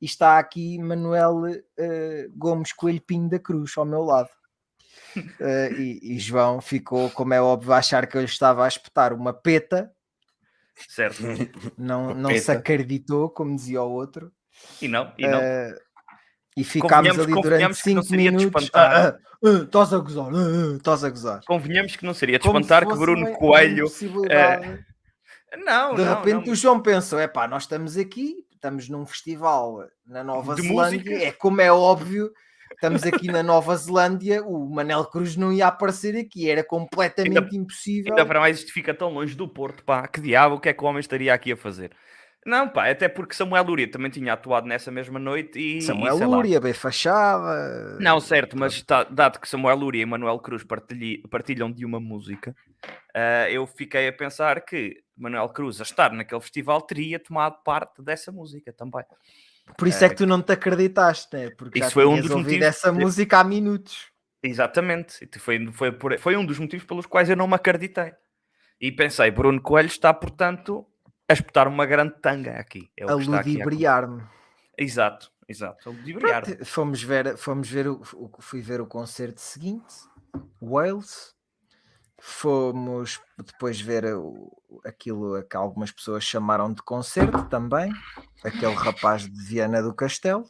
S2: e está aqui Manuel eh, Gomes Coelho Pinho da Cruz ao meu lado. Eh, e, e João ficou, como é óbvio, a achar que eu lhe estava a espetar uma peta, eh,
S5: Certo.
S2: não,
S4: Uma
S2: não se
S4: peta.
S2: acreditou, como dizia o outro.
S5: E não, e não.
S2: Eh, e ficámos
S5: Convenhamos-
S2: ali durante
S5: convenhamos que não
S2: 5
S5: seria de
S2: minutos.
S5: espantar.
S2: "Ah, ah, ah, Estás a gozar, ah, ah, estás a gozar.
S5: Convenhamos que não seria É de
S2: Como se
S5: espantar que
S2: fosse
S5: Bruno
S2: uma
S5: Coelho. eh,
S2: impossibilidade.
S5: Não,
S2: De
S5: não,
S2: repente
S5: não.
S2: o João pensou: é pá, nós estamos aqui, estamos num festival na Nova
S5: De
S2: Zelândia,
S5: música.
S2: é como é óbvio, estamos aqui na Nova Zelândia, o Manel Cruz não ia aparecer aqui, era completamente impossível.
S5: Ainda para mais isto fica tão longe do Porto, pá. Que diabo, o que é que o homem estaria aqui a fazer? Não, pá, até porque Samuel Luria também tinha atuado nessa mesma noite e.
S2: Samuel
S5: e sei lá.
S2: Lúria, bem fachada.
S5: Não, certo, mas tá- dado que Samuel Luria e Manuel Cruz partilhi- partilham de uma música, ah, eu fiquei a pensar que Manuel Cruz, a estar naquele festival, teria tomado parte dessa música também.
S2: Por isso é que tu não te acreditaste, né? Porque
S5: Isso
S2: já
S5: foi um
S2: tinhas
S5: dos
S2: ouvido
S5: motivos.
S2: essa música há minutos.
S5: Exatamente. E Foi, foi, por- foi um dos motivos pelos quais eu não me acreditei. E pensei, Bruno Coelho está, portanto, a espetar uma grande tanga aqui. É o
S2: a
S5: que está aqui a
S2: ludibriar-me.
S5: acontecer. Exato, exato. A ludibriar.
S2: Pronto, Fomos ver, fomos ver o, o- fui ver o concerto seguinte, Wales. Fomos depois ver o- aquilo a que algumas pessoas chamaram de concerto também, aquele rapaz de Viana do Castelo.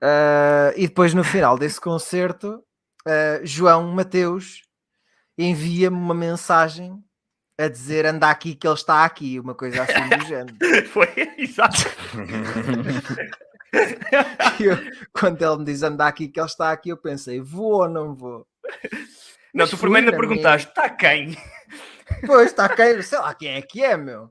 S2: Ah, e depois no final desse concerto, ah, João Mateus envia-me uma mensagem a dizer anda aqui que ele está aqui, uma coisa assim do género.
S5: Foi, exato.
S2: E eu, quando ele me diz andar aqui, que ele está aqui, eu pensei, vou ou não vou?
S5: Não,
S2: Mas
S5: tu
S2: fui,
S5: primeiro ainda
S2: na minha-
S5: perguntaste, está quem?
S2: Pois, está quem? Sei lá quem é que é, meu.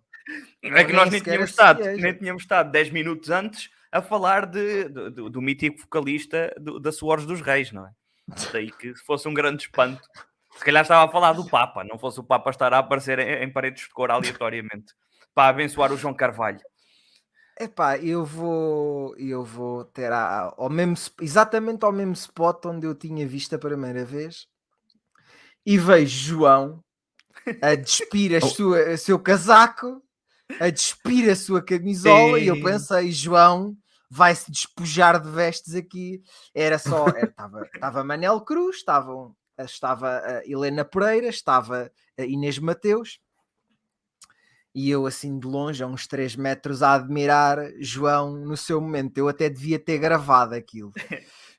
S5: É que
S2: Então nem
S5: nós nem
S2: sequer
S5: tínhamos,
S2: associei,
S5: estado, nem
S2: gente.
S5: tínhamos estado 10 minutos antes a falar de, do, do- do mítico vocalista do- da Suores dos Reis, não é? Daí que se fosse um grande espanto. Se calhar estava a falar do Papa, não fosse o Papa estar a aparecer em, em paredes de cor aleatoriamente para abençoar o João Carvalho.
S2: Epá, eu vou, eu vou ter a- ao mesmo, sp- exatamente ao mesmo spot onde eu tinha visto a primeira vez e vejo João a despir a sua, o seu casaco, a despir a sua camisola e eu
S4: Sim.
S2: pensei, João vai-se despojar de vestes aqui. Era só, estava tava Manel Cruz, estavam, Eh, estava a Helena Pereira, estava a Inês Mateus e eu assim de longe, a uns 3 metros, a admirar João no seu momento. Eu até devia ter gravado aquilo.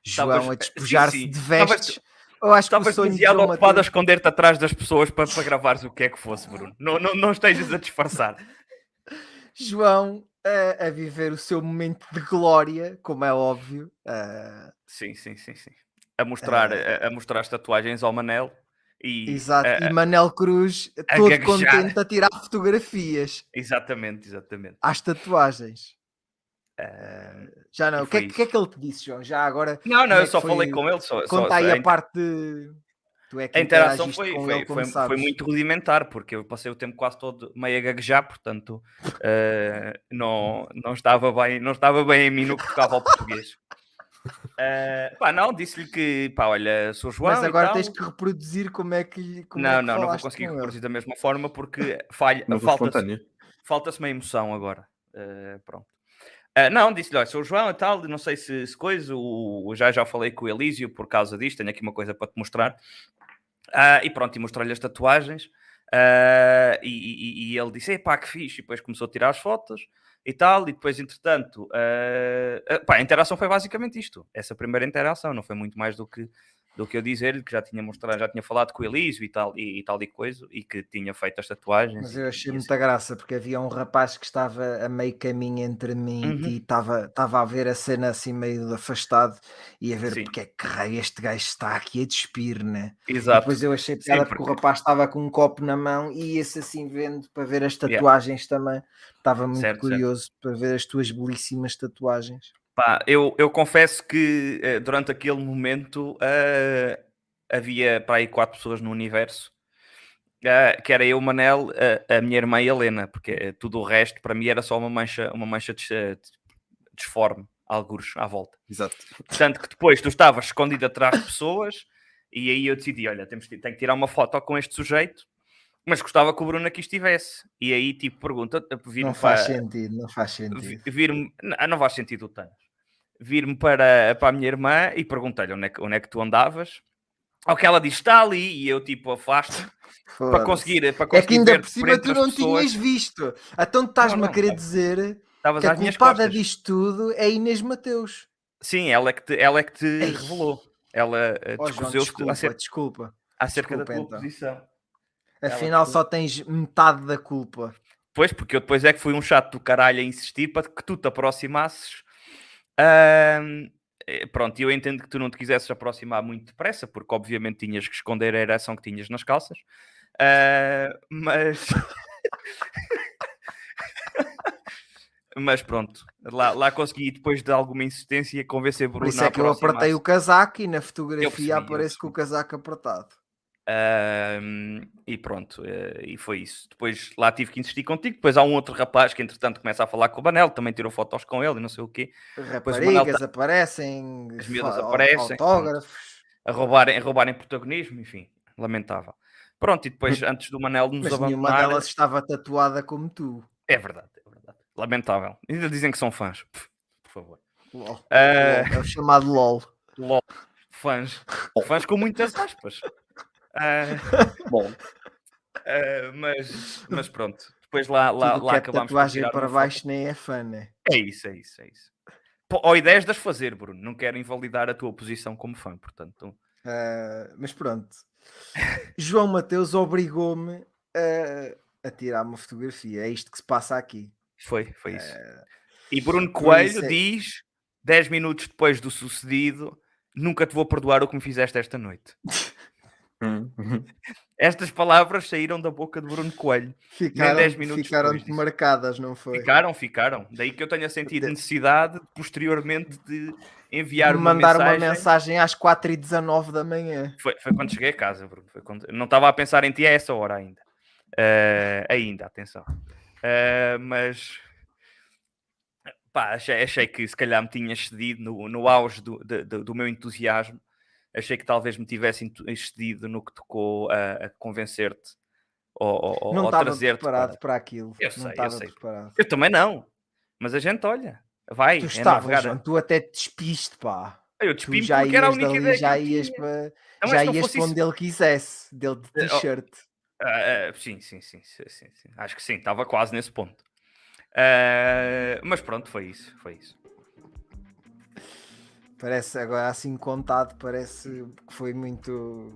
S2: João a
S5: Estavas- eh,
S2: despojar-se
S5: sim,
S2: de
S5: estavas-
S2: vestes. Eu acho que o
S5: Estavas
S2: sonho de
S5: demasiado
S2: João
S5: ocupado a
S2: Mateus...
S5: esconder-te atrás das pessoas para, para gravares o que é que fosse, Bruno. Não, não, não estejas a disfarçar.
S2: João eh, a, a viver o seu momento de glória, como é óbvio. ah,
S5: Sim, sim, sim, sim. A mostrar, a, a mostrar as tatuagens ao Manel e
S2: exato.
S5: a-
S2: e Manel Cruz,
S5: a
S2: todo
S5: gaguejar.
S2: contente a tirar fotografias
S5: Exatamente, exatamente.
S2: às tatuagens. Ah, já não.
S5: Eh, e
S2: O que, é-
S5: foi
S2: que é que ele te disse, João? Já agora
S5: Não, não,
S2: Como é
S5: eu
S2: que
S5: só falei
S2: foi-
S5: com ele. Só, só-
S2: conta
S5: só-
S2: aí
S5: a,
S2: a
S5: in-
S2: parte de. Tu é que
S5: a interação
S2: interagiste
S5: foi,
S2: com
S5: foi,
S2: ele, como
S5: foi- foi
S2: sabes.
S5: muito rudimentar, porque eu passei o tempo quase todo meio a gaguejar, portanto, eh, não, não, estava bem, não estava bem em mim no que tocava ao português. Eh, pá, não, disse-lhe que, pá, olha, sou João.
S2: Mas
S5: e
S2: agora
S5: tal.
S2: tens que reproduzir como é que lhe. Como é
S5: Não,
S2: que
S5: não, não vou
S2: falaste
S5: conseguir
S2: com ele.
S5: reproduzir da mesma forma porque falha,
S4: Não foi
S5: falta-se
S4: espontânea.
S5: falta-se uma emoção agora. Eh, pronto. Ah, não, disse-lhe, olha, sou o João e tal, não sei se, se coisa, o, o- já já falei com o Elísio por causa disto, tenho aqui uma coisa para te mostrar. Ah, e pronto, e mostrei-lhe as tatuagens. ah, e, e- e ele disse, epá, que fixe, e depois começou a tirar as fotos e tal, e depois, entretanto, ah, ah, pá, a interação foi basicamente isto, essa primeira interação, não foi muito mais do que, do que eu dizer-lhe que já tinha mostrado, já tinha falado com o Elísio e tal, e, e tal e coisa, e que tinha feito as tatuagens.
S2: Mas
S5: e-
S2: eu
S5: e
S2: achei
S5: assim.
S2: muita graça porque havia um rapaz que estava a meio caminho entre mim
S5: Uhum.
S2: e estava, estava a ver a cena assim meio de afastado e a ver
S5: Sim.
S2: porque é que raio este gajo está aqui a despir, né? E
S5: Exato.
S2: Depois eu achei
S5: Sim,
S2: piada porque o
S5: porque-
S2: rapaz estava com um copo na mão e ia-se assim vendo para ver as
S5: Yeah.
S2: tatuagens também. Estava muito
S5: Certo, certo.
S2: curioso para ver as tuas belíssimas tatuagens.
S5: Pá, eu, eu confesso que eh, durante aquele momento ah, havia para aí quatro pessoas no universo, ah, que era eu, o Manel, a, a minha irmã e a Helena, porque eh, tudo o resto para mim era só uma mancha, uma mancha dis- eh, disforme, algures à volta.
S4: Exato.
S5: Tanto que depois tu estavas escondido atrás de pessoas, e aí eu decidi: olha, temos, que- tenho que tirar uma foto com este sujeito, mas gostava que o Bruno aqui estivesse. E aí, tipo, pergunta, vi
S2: Não faz sentido, não faz sentido.
S5: vi- vir-me. ah, Não, não faz sentido o Thanos. Vir-me para, para a minha irmã e perguntei-lhe onde, é que- onde é que tu andavas. Ao que ela diz, está ali, e eu tipo afasto para
S2: Foda-se.
S5: conseguir. Para
S2: É
S5: conseguir
S2: que ainda
S5: ver
S2: por
S5: por
S2: cima
S5: entre
S2: tu
S5: as
S2: não
S5: pessoas,
S2: tinhas visto. Então tu
S5: Não,
S2: estás-me a
S5: não,
S2: querer
S5: pá.
S2: dizer
S5: Estavas
S2: que a
S5: às minhas
S2: culpada
S5: costas.
S2: disto tudo é Inês Mateus.
S5: Sim, ela é que te, ela é que te
S2: Ei.
S5: revelou. Ela eh,
S2: Oh, João,
S5: descuseu-te
S2: desculpa,
S5: acer-
S2: desculpa.
S5: acerca da tua
S2: desculpa, então.
S5: posição. Ela
S2: Afinal
S5: que-
S2: só tens metade da culpa.
S5: Pois, porque eu depois é que fui um chato do caralho a insistir para que tu te aproximasses. Ahm, eh, pronto, e eu entendo que tu não te quisesses aproximar muito depressa, porque obviamente tinhas que esconder a ereção que tinhas nas calças. Ah, mas. Mas pronto, lá, lá consegui, depois de alguma insistência, convencer
S2: Por
S5: Bruno
S2: isso
S5: a
S2: é que eu apertei
S5: aproximar-se.
S2: o casaco e na
S5: Eu
S2: fotografia
S5: percebi, eu
S2: aparece com o casaco apertado.
S5: Ahm, e pronto, eh, e foi isso. Depois lá tive que insistir contigo. Depois há um outro rapaz que, entretanto, começa a falar com o Banel, também tirou fotos com ele e não sei o quê, Manuel
S2: Raparigas aparecem,
S5: tá- As miúdas
S2: fa-
S5: aparecem,
S2: autógrafos.
S5: a roubarem, a roubarem protagonismo, enfim, lamentável. Pronto, e depois, antes do Manel nos
S2: Mas nenhuma
S5: abandonar,
S2: delas estava tatuada como tu.
S5: é verdade, é verdade, lamentável. Ainda dizem que são fãs, Pff, por favor.
S2: Lol.
S5: Ah,
S2: É o chamado LOL.
S5: LOL, fãs,
S2: Oh.
S5: fãs com muitas aspas. Ah,
S3: Bom,
S5: ah, mas, mas pronto, depois lá, lá,
S2: Tudo
S5: lá
S2: que é
S5: acabámos por
S2: tatuagem
S5: tirar
S2: para
S5: uma foto.
S2: baixo nem é fã, né?
S5: É isso, é isso, é isso. Pô, Ou ideias das fazer, Bruno. Não quero invalidar a tua posição como fã, portanto.
S2: Ah, mas pronto. João Mateus obrigou-me a, a tirar uma fotografia. É isto que se passa aqui.
S5: Foi, foi isso.
S2: Ah,
S5: E Bruno
S2: por
S5: Coelho
S2: isso é-
S5: diz, 10 minutos depois do sucedido, nunca te vou perdoar o que me fizeste esta noite.
S4: Hum.
S5: Estas palavras saíram da boca de Bruno Coelho. dez
S2: ficaram,
S5: minutos
S2: ficaram
S5: depois disso.
S2: marcadas, não foi?
S5: Ficaram, ficaram. Daí que eu tenha sentido
S2: De-
S5: necessidade, posteriormente, de enviar uma
S2: mandar
S5: mensagem.
S2: uma mensagem às 4h19 da manhã.
S5: Foi, foi quando cheguei a casa, Bruno. Foi quando... Não estava a pensar em ti a essa hora ainda. Eh, ainda, atenção. Eh, mas pá, achei, achei que se calhar me tinha excedido no, no auge do, de- de- do meu entusiasmo. Achei que talvez me tivesse entu- excedido no que tocou a, a convencer-te ou, ou- ou-
S2: não
S5: ou
S2: estava
S5: trazer-te. para-
S2: preparado para aquilo.
S5: Eu sei,
S2: não
S5: eu
S2: estava
S5: sei.
S2: preparado.
S5: Eu também não. Mas a gente olha, vai,
S2: Tu
S5: é
S2: estavas,
S5: navegar.
S2: João, tu até te despiste, pá.
S5: Eu
S2: Tu
S5: despimo
S2: já
S5: porque era a
S2: ias
S5: única
S2: dali,
S5: ideia. que
S2: já
S5: eu
S2: ias
S5: tinha.
S2: para
S5: Não é
S2: já
S5: se não
S2: ias
S5: fosse
S2: para
S5: isso.
S2: onde ele quisesse, dele de
S5: Eh, oh.
S2: t-shirt.
S5: Ah, ah, sim, sim, sim, sim, sim, sim. Acho que sim, estava quase nesse ponto. Ah, mas pronto, foi isso, foi isso.
S2: Parece agora assim contado, parece que foi muito,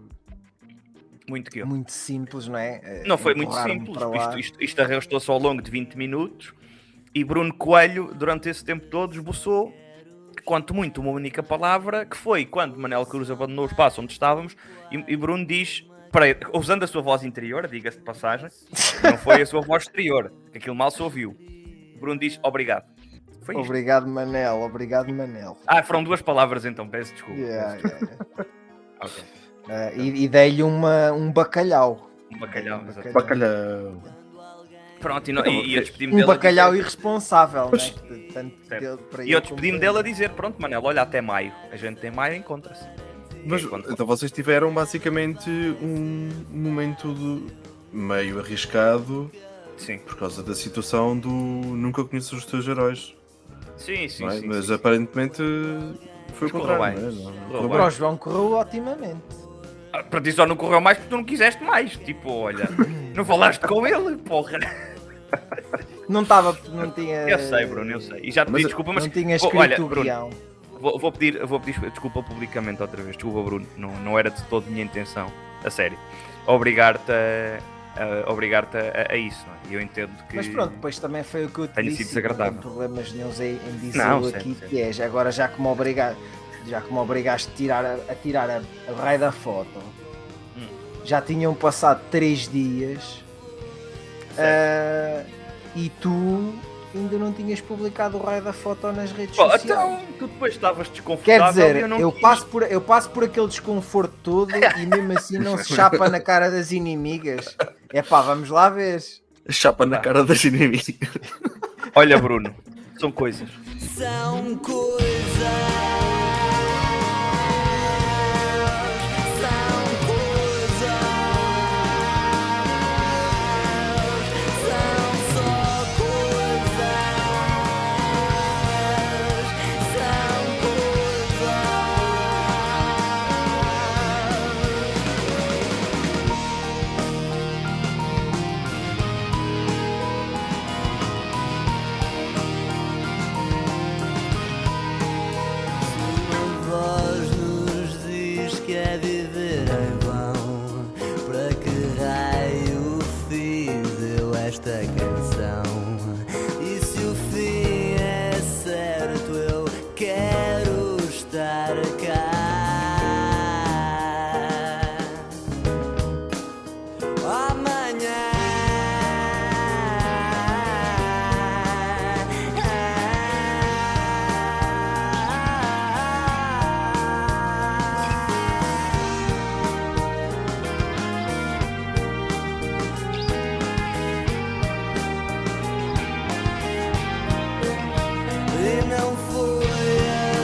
S5: Muito que eu.
S2: muito simples, não é? Eh,
S5: Não foi muito
S2: empurrar-me
S5: simples,
S2: para
S5: isto,
S2: lá.
S5: isto, isto arrastou-se ao longo de 20 minutos e Bruno Coelho, durante esse tempo todo, esboçou, quanto muito, uma única palavra, que foi quando Manel Cruz abandonou o espaço onde estávamos e, e Bruno diz, para ele, usando a sua voz interior, diga-se de passagem, não foi a sua voz exterior, que aquilo mal se ouviu. Bruno diz, obrigado. Foi isto.
S2: Obrigado, Manel. Obrigado, Manel.
S5: Ah, foram duas palavras então, peço desculpa.
S2: Yeah,
S5: peço
S2: yeah, yeah.
S5: desculpa. Ok.
S2: Eh, e e dei-lhe uma- um bacalhau.
S5: Um bacalhau,
S2: Um
S5: exato.
S4: Bacalhau.
S5: Pronto, e, não, e, e eu despedi-me
S2: Um
S5: dele. a
S2: bacalhau
S5: dizer-
S2: irresponsável, né? Tanto
S5: Certo.
S2: dele para
S5: E eu
S2: ele como
S5: despedi-me
S2: para
S5: dele a dizer: Pronto, Manel, olha, até maio. A gente tem maio, encontra-se.
S4: Mas,
S5: E É quando-
S4: então vocês tiveram basicamente um momento de- meio arriscado
S5: Sim,
S4: por causa da situação do nunca conheço os teus heróis.
S5: sim, sim.
S4: não é?
S5: sim,
S4: Mas
S5: sim.
S4: aparentemente foi o
S5: Mas correu
S4: contrário.
S5: bem.
S4: não é? Não-
S5: Correu
S4: correu
S5: bem.
S2: Para o João correu otimamente.
S5: Ah, Para ti só não correu mais porque tu não quiseste mais. Tipo, olha, não falaste com ele, porra.
S2: Não estava, não tinha.
S5: Eu sei, Bruno, eu sei. E já te
S4: Mas-
S5: pedi desculpa, mas
S2: Não tinha
S5: Oh,
S2: escrito
S5: olha,
S2: o
S5: Bruno,
S2: guião.
S5: vou, vou pedir, vou pedir desculpa publicamente outra vez. Desculpa, Bruno, não, não era de todo minha intenção. A sério. Obrigar-te a, a, obrigar-te a, a isso, não é? E eu entendo que.
S2: Mas pronto, depois também foi o que eu te
S5: Tenho
S2: disse.
S5: sido
S2: e
S5: desagradável.
S2: Não tenho problemas nenhums em, em dizer
S5: Não,
S2: lo
S5: certo,
S2: aqui
S5: certo.
S2: que é. já- Agora já que me obrigaste, já que me obrigaste a tirar a, a tirar a, a raio da foto,
S5: Hum.
S2: já tinham passado três dias ah, e tu ainda não tinhas publicado o raio da foto nas redes
S5: Bom,
S2: sociais.
S5: então, tu depois estavas desconfortável.
S2: Quer dizer,
S5: e
S2: eu,
S5: eu, não quis.
S2: passo por, eu passo por aquele desconforto todo e mesmo assim não se chapa na cara das inimigas. É pá, vamos lá ver.
S4: Chapa na cara das inimigas.
S5: Olha, Bruno, são coisas.
S6: São coisas. São coisas. São só coisas. São coisas. Uma voz nos diz que é viver em vão. Para que raio fiz eu esta canção? E se o fim é certo, eu quero estar cá. Amanhã.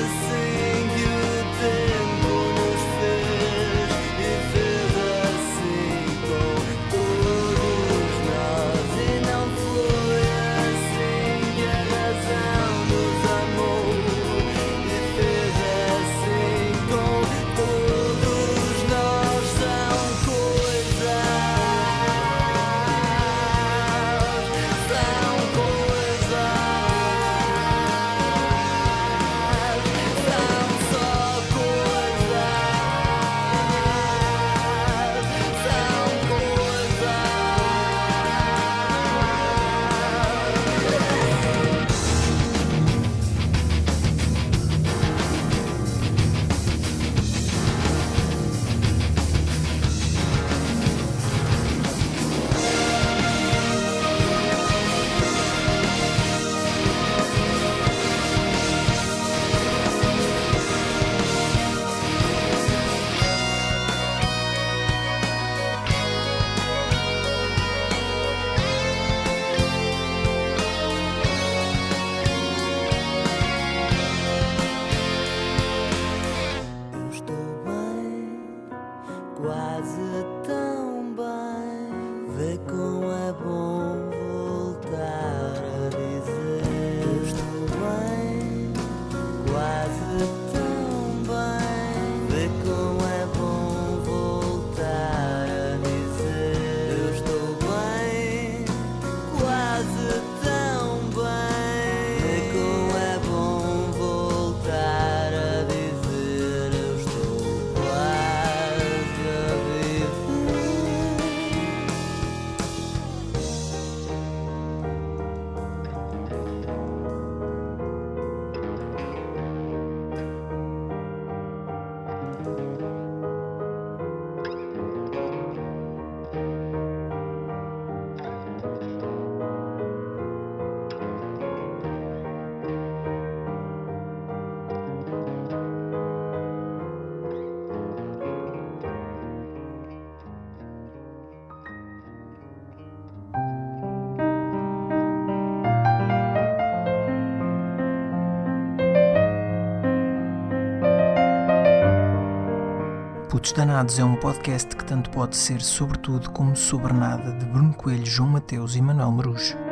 S6: assim assim assim assim quase tão bem. Vê como é bom voltar a dizer: Estou bem, quase tão bem. Vê como é bom voltar a dizer: Eu estou bem, quase tão bem. Vê como é bom voltar a dizer: Eu estou quase a viver.
S1: Putos Danados é um podcast que tanto pode ser sobre tudo como sobre nada de Bruno Coelho, João Mateus e Manuel Marujo.